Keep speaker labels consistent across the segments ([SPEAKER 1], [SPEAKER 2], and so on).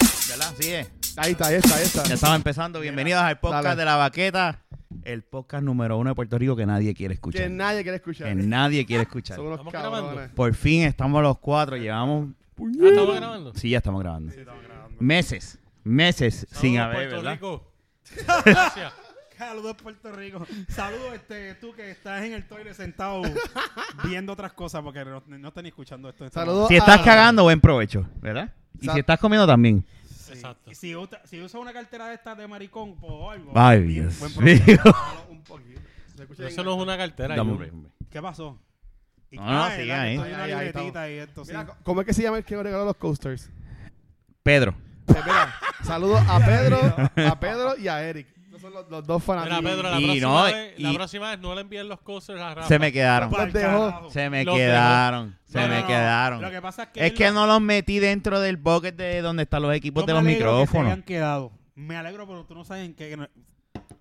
[SPEAKER 1] Así es.
[SPEAKER 2] Ahí está, ahí está, ahí está.
[SPEAKER 1] Ya estaba empezando. Bienvenidos al podcast
[SPEAKER 2] Dale.
[SPEAKER 1] de la baqueta. El podcast número uno de Puerto Rico que nadie quiere escuchar.
[SPEAKER 2] Que nadie quiere escuchar.
[SPEAKER 1] Que nadie quiere escuchar.
[SPEAKER 2] Son unos
[SPEAKER 3] Estamos
[SPEAKER 2] cabrones.
[SPEAKER 3] grabando.
[SPEAKER 1] Por fin estamos los cuatro. Llevamos.
[SPEAKER 3] Ah,
[SPEAKER 1] Mm.
[SPEAKER 3] estamos grabando.
[SPEAKER 1] Sí, ya estamos grabando. Meses. Meses sin
[SPEAKER 3] Saludos,
[SPEAKER 1] haber,
[SPEAKER 3] Puerto
[SPEAKER 1] ¿verdad?
[SPEAKER 3] Rico. Gracias.
[SPEAKER 4] Saludos Puerto Rico. Saludos este, tú que estás en el toile sentado viendo otras cosas porque no, no están ni escuchando esto. en este
[SPEAKER 2] Saludos
[SPEAKER 1] Si estás
[SPEAKER 2] a-
[SPEAKER 1] cagando, buen provecho, ¿verdad? Y
[SPEAKER 2] Sa-
[SPEAKER 1] si estás comiendo también.
[SPEAKER 3] Exacto.
[SPEAKER 4] momento. Si, usa, si usa una cartera de estas de maricón pues, o algo.
[SPEAKER 1] Ay,
[SPEAKER 4] bien,
[SPEAKER 1] Dios
[SPEAKER 4] buen
[SPEAKER 1] mío.
[SPEAKER 4] provecho.
[SPEAKER 2] Un poquito. Se escucha
[SPEAKER 3] Pero eso
[SPEAKER 2] bien.
[SPEAKER 3] no es una cartera.
[SPEAKER 1] Dame
[SPEAKER 3] yo-
[SPEAKER 1] un break, un break.
[SPEAKER 4] ¿Qué pasó? Y-
[SPEAKER 1] No, no,
[SPEAKER 4] ah,
[SPEAKER 1] sigue
[SPEAKER 4] era que
[SPEAKER 1] ahí.
[SPEAKER 4] estoy en una
[SPEAKER 2] Ahí, ahí
[SPEAKER 4] libretita y esto, sí.
[SPEAKER 2] Mira, ¿Cómo es que se llama el que regaló los coasters?
[SPEAKER 1] Pedro.
[SPEAKER 2] Eh, mira, saludos a Pedro, a Pedro y a Eric. Estos son los, los dos
[SPEAKER 3] Mira,
[SPEAKER 2] fanáticos.
[SPEAKER 3] Pedro, la,
[SPEAKER 1] Y
[SPEAKER 3] próxima
[SPEAKER 1] no,
[SPEAKER 3] vez, la
[SPEAKER 1] y-
[SPEAKER 3] próxima vez no le envíen los coasters a Rafa.
[SPEAKER 1] Se me quedaron.
[SPEAKER 4] Pa'l
[SPEAKER 2] dejó.
[SPEAKER 4] carajo.
[SPEAKER 1] Se me
[SPEAKER 3] Los
[SPEAKER 1] quedaron. Se
[SPEAKER 4] No, no,
[SPEAKER 1] me
[SPEAKER 4] no.
[SPEAKER 1] quedaron.
[SPEAKER 4] Lo que pasa es que.
[SPEAKER 1] Es
[SPEAKER 4] él
[SPEAKER 1] que
[SPEAKER 4] lo-
[SPEAKER 1] no los metí dentro del bucket de donde están los equipos
[SPEAKER 4] yo
[SPEAKER 1] de
[SPEAKER 4] me
[SPEAKER 1] los
[SPEAKER 4] alegro que se
[SPEAKER 1] micrófonos.
[SPEAKER 4] hayan quedado. Me alegro, pero tú no sabes en qué. que no-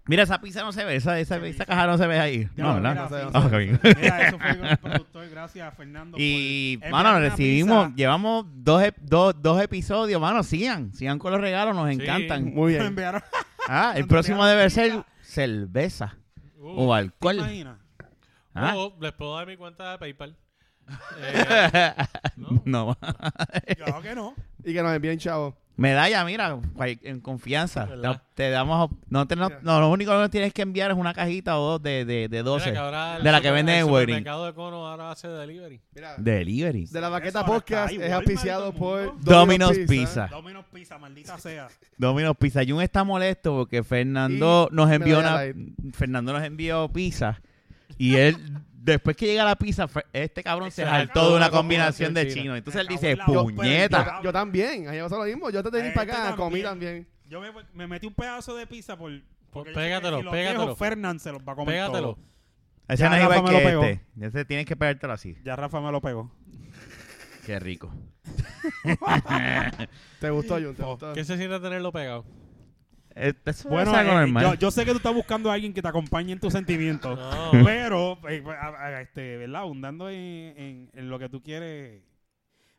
[SPEAKER 1] Mira, esa pizza no se ve, esa, esa, esa caja no se ve ahí.
[SPEAKER 4] Ya,
[SPEAKER 1] No,
[SPEAKER 4] mira,
[SPEAKER 1] ¿verdad?
[SPEAKER 4] sí.
[SPEAKER 1] Ah, qué bien.
[SPEAKER 4] Mira, eso fue con el productor. Gracias, Fernando.
[SPEAKER 1] Y,
[SPEAKER 4] por
[SPEAKER 1] mano,
[SPEAKER 4] enviarme una
[SPEAKER 1] recibimos,
[SPEAKER 4] pizza.
[SPEAKER 1] llevamos dos, ep- dos, dos episodios, mano, sigan, sigan con los regalos, nos
[SPEAKER 3] Sí.
[SPEAKER 1] encantan.
[SPEAKER 2] Muy
[SPEAKER 4] Me
[SPEAKER 2] bien.
[SPEAKER 4] enviaron.
[SPEAKER 1] Ah, el
[SPEAKER 4] Cuando
[SPEAKER 1] próximo
[SPEAKER 4] te
[SPEAKER 1] debe
[SPEAKER 4] hagan
[SPEAKER 1] ser
[SPEAKER 4] pizza.
[SPEAKER 1] cerveza
[SPEAKER 3] Uh,
[SPEAKER 1] o
[SPEAKER 4] ¿Te
[SPEAKER 1] alcohol.
[SPEAKER 4] imaginas?
[SPEAKER 1] Oh, Ah.
[SPEAKER 3] oh, les puedo dar mi cuenta de PayPal. Eh, ¿no?
[SPEAKER 1] Ah, No,
[SPEAKER 4] Claro que no.
[SPEAKER 2] Y que nos envíen chavo.
[SPEAKER 1] medalla, mira, cual- en confianza.
[SPEAKER 3] ¿Verdad?
[SPEAKER 1] Te, te damos, op- no, te- no- no, lo único que nos tienes que enviar es una cajita o dos de, de, de 12.
[SPEAKER 3] Mira que ahora el
[SPEAKER 1] de la
[SPEAKER 3] super-
[SPEAKER 1] que venden
[SPEAKER 3] el
[SPEAKER 1] en Wedding.
[SPEAKER 3] supermercado de Cono ahora hace delivery.
[SPEAKER 2] Mira, de,
[SPEAKER 1] Delivery.
[SPEAKER 2] la baqueta
[SPEAKER 4] Eso ahora está
[SPEAKER 2] podcast
[SPEAKER 4] ahí,
[SPEAKER 2] es
[SPEAKER 4] Walmart y
[SPEAKER 2] auspiciado
[SPEAKER 4] todo
[SPEAKER 2] por
[SPEAKER 4] el mundo.
[SPEAKER 1] Domino's Pizza.
[SPEAKER 4] Domino's Pizza, maldita sea.
[SPEAKER 1] Domino's Pizza. Jun está molesto porque Fernando
[SPEAKER 2] Y
[SPEAKER 1] nos envió una,
[SPEAKER 2] Medalla
[SPEAKER 1] Fernando nos envió pizza y él después que llega la pizza fe- este cabrón se
[SPEAKER 3] Se
[SPEAKER 1] saltó
[SPEAKER 3] acabó
[SPEAKER 1] de una
[SPEAKER 3] la
[SPEAKER 1] combinación
[SPEAKER 3] combinación
[SPEAKER 1] de
[SPEAKER 3] china.
[SPEAKER 1] chino. Entonces
[SPEAKER 4] Se
[SPEAKER 1] él dice,
[SPEAKER 4] acabó la-
[SPEAKER 1] "Puñeta."
[SPEAKER 2] Yo, yo también, a mí me pasó lo mismo. Yo antes de venir
[SPEAKER 4] Este
[SPEAKER 2] para acá comí
[SPEAKER 4] también.
[SPEAKER 2] también.
[SPEAKER 4] Yo me, me metí un pedazo de pizza por. porque yo sé que
[SPEAKER 3] pégatelo,
[SPEAKER 4] si los
[SPEAKER 3] pégatelo.
[SPEAKER 4] dejo, Fernan se los va a comer.
[SPEAKER 3] Pégatelo.
[SPEAKER 4] todo.
[SPEAKER 1] Ese
[SPEAKER 4] Ya
[SPEAKER 1] no es igual
[SPEAKER 4] Rafa me
[SPEAKER 1] que
[SPEAKER 4] lo pegó.
[SPEAKER 1] este. Ese tienes que pegártelo así.
[SPEAKER 4] Ya Rafa me lo pegó.
[SPEAKER 1] Qué rico.
[SPEAKER 2] Te gustó, Jun,
[SPEAKER 4] Oh,
[SPEAKER 2] te gustó.
[SPEAKER 3] ¿Qué se siente tenerlo pegado?
[SPEAKER 1] Eh, Eso
[SPEAKER 4] Bueno,
[SPEAKER 1] es algo
[SPEAKER 4] eh,
[SPEAKER 1] normal.
[SPEAKER 4] yo, yo sé que tú estás buscando a alguien que te acompañe en tus sentimientos.
[SPEAKER 3] No.
[SPEAKER 4] pero, eh, a- a- este, ¿verdad? Abundando en, en- en lo que tú quieres.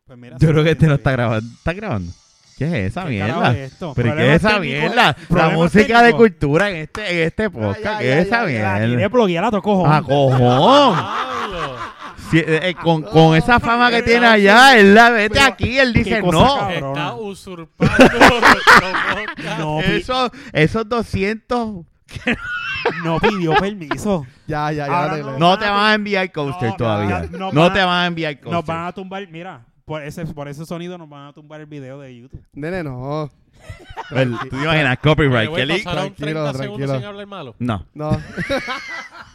[SPEAKER 4] Pues mira.
[SPEAKER 1] Yo creo que este no
[SPEAKER 4] este-
[SPEAKER 1] está grabando. ¿Está grabando? ¿Qué es esa
[SPEAKER 4] ¿Qué carajo
[SPEAKER 1] mierda?
[SPEAKER 4] es esto?
[SPEAKER 1] ¿Pero qué
[SPEAKER 4] Problemas
[SPEAKER 1] es esa
[SPEAKER 4] técnicos-
[SPEAKER 1] mierda? La
[SPEAKER 4] problemas
[SPEAKER 1] música de
[SPEAKER 4] técnicos.
[SPEAKER 1] cultura en este, en este
[SPEAKER 2] ya,
[SPEAKER 1] podcast.
[SPEAKER 2] ya,
[SPEAKER 1] ¿Qué es esa
[SPEAKER 2] ya, ya,
[SPEAKER 4] La tiré
[SPEAKER 1] mierda?
[SPEAKER 4] bloguear a tu cojón.
[SPEAKER 1] ¡Ah, cojón!
[SPEAKER 3] ¡Pablo!
[SPEAKER 1] Sí, eh, eh, con, con esa fama que
[SPEAKER 4] Pero-
[SPEAKER 1] tiene allá, él la vete
[SPEAKER 4] pero-
[SPEAKER 1] aquí, él dice
[SPEAKER 4] qué cosa
[SPEAKER 1] no.
[SPEAKER 4] cabrón.
[SPEAKER 3] Está usurpando nuestro podcast.
[SPEAKER 4] No, pi-
[SPEAKER 1] Eso, esos 200
[SPEAKER 4] no pidió permiso.
[SPEAKER 2] Ya, ya, ya.
[SPEAKER 4] Ahora
[SPEAKER 2] arreglé.
[SPEAKER 4] no
[SPEAKER 1] no te van a enviar coaster
[SPEAKER 4] No,
[SPEAKER 1] todavía.
[SPEAKER 4] no, no
[SPEAKER 1] No
[SPEAKER 4] van-
[SPEAKER 1] te van a enviar
[SPEAKER 4] Nos van
[SPEAKER 1] coaster.
[SPEAKER 4] a tumbar, mira, por ese, por ese sonido nos van a tumbar el video de YouTube.
[SPEAKER 2] Nene, no.
[SPEAKER 1] El- Tú te imaginas, copyright,
[SPEAKER 3] Eh, güey,
[SPEAKER 1] Kelly.
[SPEAKER 3] pasaron 30
[SPEAKER 2] Tranquilo,
[SPEAKER 3] segundos
[SPEAKER 2] tranquilo.
[SPEAKER 3] sin hablar malo.
[SPEAKER 1] No,
[SPEAKER 2] No.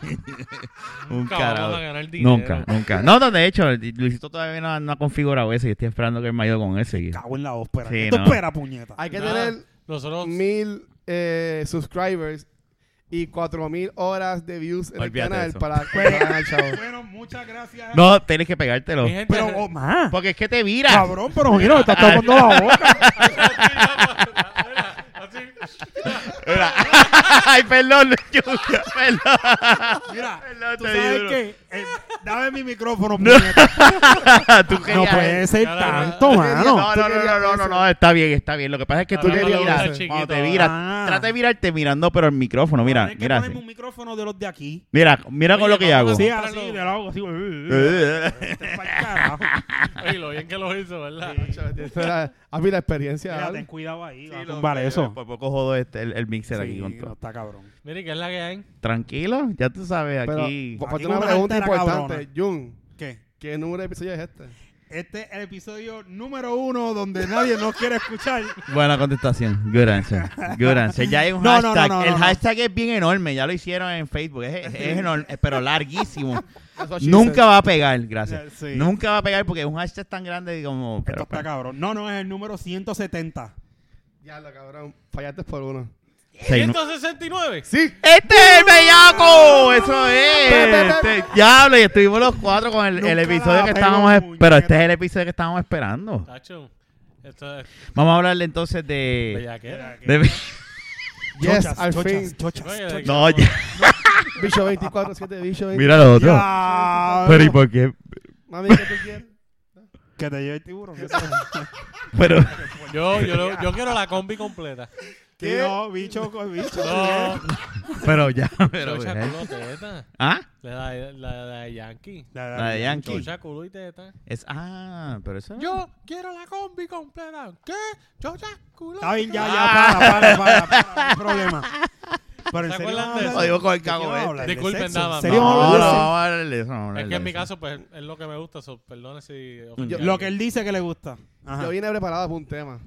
[SPEAKER 1] un
[SPEAKER 3] Nunca vamos a
[SPEAKER 1] carajo.
[SPEAKER 3] ganar dinero.
[SPEAKER 1] Nunca, nunca. No, no, de hecho, Luisito todavía no, ha- no ha configurado ese y estoy esperando que el mayor con ese. y-
[SPEAKER 4] Cago en la ópera.
[SPEAKER 1] Sí,
[SPEAKER 4] ¿Qué tú
[SPEAKER 1] no.
[SPEAKER 4] espera, puñeta?
[SPEAKER 2] Hay que
[SPEAKER 3] Nada.
[SPEAKER 2] tener
[SPEAKER 3] Nosotros
[SPEAKER 2] mil eh, subscribers y cuatro mil horas de views en
[SPEAKER 1] Olvídate
[SPEAKER 2] el canal
[SPEAKER 1] de eso.
[SPEAKER 2] para para ganar chavo.
[SPEAKER 4] Pues, Bueno, muchas gracias.
[SPEAKER 1] No, tienes que pegártelo.
[SPEAKER 3] Mi gente,
[SPEAKER 4] Pero, oh, más.
[SPEAKER 1] Porque es que te viras.
[SPEAKER 4] Cabrón, pero mira, me estás tomando la boca.
[SPEAKER 1] Ay, perdón, yo- perdón.
[SPEAKER 4] Mira,
[SPEAKER 1] Perdón,
[SPEAKER 4] tú
[SPEAKER 1] te
[SPEAKER 4] sabes
[SPEAKER 1] digo.
[SPEAKER 4] que... eh, dame mi micrófono, puñeta.
[SPEAKER 1] Tú
[SPEAKER 4] No
[SPEAKER 1] querías
[SPEAKER 4] puede ser
[SPEAKER 3] Ya, ya, ya.
[SPEAKER 4] tanto,
[SPEAKER 2] Tú querías-
[SPEAKER 4] mano.
[SPEAKER 1] No, no, no, no, no, no, no, está bien, está bien. Lo que pasa es que tú
[SPEAKER 2] Ahora
[SPEAKER 1] te
[SPEAKER 2] no lo
[SPEAKER 1] miras.
[SPEAKER 2] uses
[SPEAKER 1] Cuando te
[SPEAKER 3] chiquito.
[SPEAKER 1] miras,
[SPEAKER 4] Ah.
[SPEAKER 1] trata de mirarte mirando, pero el micrófono, mira,
[SPEAKER 4] Tienes que
[SPEAKER 1] mira.
[SPEAKER 4] ponerme un micrófono de los de aquí.
[SPEAKER 1] Mira, mira con
[SPEAKER 3] Oye,
[SPEAKER 1] lo que yo
[SPEAKER 3] vamos
[SPEAKER 1] hago.
[SPEAKER 3] a
[SPEAKER 4] Sí,
[SPEAKER 3] Bueno.
[SPEAKER 4] así, de lado, así. uh,
[SPEAKER 1] Eh,
[SPEAKER 4] Este es pa'l carajo.
[SPEAKER 3] Oye, lo bien que lo hizo, ¿verdad?
[SPEAKER 2] Eso era, a mí la experiencia.
[SPEAKER 4] Mira,
[SPEAKER 2] ¿vale?
[SPEAKER 4] ten cuidado ahí. va a
[SPEAKER 1] lo-
[SPEAKER 4] tumbar eso.
[SPEAKER 1] Por poco jodo este, el, el mixer aquí
[SPEAKER 4] Sí,
[SPEAKER 1] con
[SPEAKER 4] no
[SPEAKER 1] todo.
[SPEAKER 4] está cabrón.
[SPEAKER 3] Mire, ¿qué es la que hay?
[SPEAKER 1] Tranquilo, ya tú sabes,
[SPEAKER 2] Pero,
[SPEAKER 1] aquí.
[SPEAKER 2] pues,
[SPEAKER 4] Aquí
[SPEAKER 2] falta una
[SPEAKER 4] una
[SPEAKER 2] pregunta
[SPEAKER 4] altera
[SPEAKER 2] importante. Jun,
[SPEAKER 4] ¿Qué?
[SPEAKER 2] ¿qué número de episodio es este?
[SPEAKER 4] Este es el episodio número uno donde nadie nos quiere escuchar.
[SPEAKER 1] Buena contestación. Good answer. Good answer. Ya hay un
[SPEAKER 4] No, no,
[SPEAKER 1] hashtag.
[SPEAKER 4] no, no,
[SPEAKER 1] el
[SPEAKER 4] no.
[SPEAKER 1] hashtag es bien enorme. Ya lo hicieron en Facebook. Es, es- es enorme, pero larguísimo.
[SPEAKER 2] That's what she
[SPEAKER 1] Nunca
[SPEAKER 2] said.
[SPEAKER 1] va a pegar, gracias.
[SPEAKER 4] Oh, Sí.
[SPEAKER 1] Nunca va a pegar porque es un hashtag tan grande como.
[SPEAKER 4] Esto
[SPEAKER 1] Pero,
[SPEAKER 4] está cabrón. No, no, es el número 170.
[SPEAKER 2] Diablo, cabrón. Fallaste por uno.
[SPEAKER 1] seis nu-
[SPEAKER 3] 169.
[SPEAKER 2] Sí.
[SPEAKER 1] ¡Este es el bellaco! ¡Eso
[SPEAKER 2] Pe, pe,
[SPEAKER 1] es!
[SPEAKER 2] pe.
[SPEAKER 1] Este- diablo, y estuvimos los cuatro con el, el
[SPEAKER 4] Nunca
[SPEAKER 1] episodio
[SPEAKER 4] la
[SPEAKER 1] que
[SPEAKER 4] pegó,
[SPEAKER 1] estábamos. es-
[SPEAKER 4] muñeca.
[SPEAKER 1] Pero este es el episodio que estábamos esperando.
[SPEAKER 3] Tacho. Esto es
[SPEAKER 1] Vamos a hablarle entonces de.
[SPEAKER 3] bellaquera.
[SPEAKER 1] de-
[SPEAKER 2] Yes,
[SPEAKER 4] Chochas,
[SPEAKER 2] al
[SPEAKER 4] chochas,
[SPEAKER 2] fin.
[SPEAKER 4] chochas,
[SPEAKER 3] Oye,
[SPEAKER 4] chochas.
[SPEAKER 1] no, ya.
[SPEAKER 2] Bicho 24, 7, bicho 24.
[SPEAKER 1] Mira los otros.
[SPEAKER 4] Ya,
[SPEAKER 1] Pero ¿y por qué?
[SPEAKER 2] Mami, ¿qué tú quieres?
[SPEAKER 4] Que te lleve el tiburón. eso.
[SPEAKER 1] Pero
[SPEAKER 3] Yo, yo, lo- yo quiero la combi completa.
[SPEAKER 2] ¿Qué?
[SPEAKER 4] No, bicho, con bicho.
[SPEAKER 3] No,
[SPEAKER 1] pero ya, pero
[SPEAKER 3] chocha,
[SPEAKER 1] ¿eh?
[SPEAKER 3] culo, teta.
[SPEAKER 1] Ah,
[SPEAKER 3] La, la, la, la de Yankee.
[SPEAKER 1] la de Yankee.
[SPEAKER 3] Chocha, culo y teta.
[SPEAKER 1] Es ah, pero eso no-
[SPEAKER 3] Yo quiero la combi completa. ¿Qué? Chocha, culo.
[SPEAKER 4] Está bien, ya,
[SPEAKER 3] teta.
[SPEAKER 4] ya, para, para, para, para, no hay problema. Pero en
[SPEAKER 3] Ah. ¿Se
[SPEAKER 4] serio,
[SPEAKER 3] acuerdan
[SPEAKER 4] vamos a
[SPEAKER 3] de
[SPEAKER 4] hablar
[SPEAKER 3] eso?
[SPEAKER 1] Ay, yo con el
[SPEAKER 4] ¿de qué
[SPEAKER 1] cago
[SPEAKER 4] vamos a
[SPEAKER 1] este.
[SPEAKER 4] hablar? ¿De
[SPEAKER 3] Disculpen,
[SPEAKER 4] sexo?
[SPEAKER 3] nada,
[SPEAKER 4] ¿En
[SPEAKER 1] No,
[SPEAKER 4] serio
[SPEAKER 1] no,
[SPEAKER 4] vamos a hablar de sexo?
[SPEAKER 1] vamos a hablar de eso, vamos a hablar
[SPEAKER 3] Es que
[SPEAKER 1] de
[SPEAKER 3] en mi
[SPEAKER 1] eso.
[SPEAKER 3] caso, pues, es lo que me gusta. So, perdone si...
[SPEAKER 1] Ah, Yo-
[SPEAKER 4] Lo que él dice que le gusta. Ajá.
[SPEAKER 2] Yo vine preparado para un tema.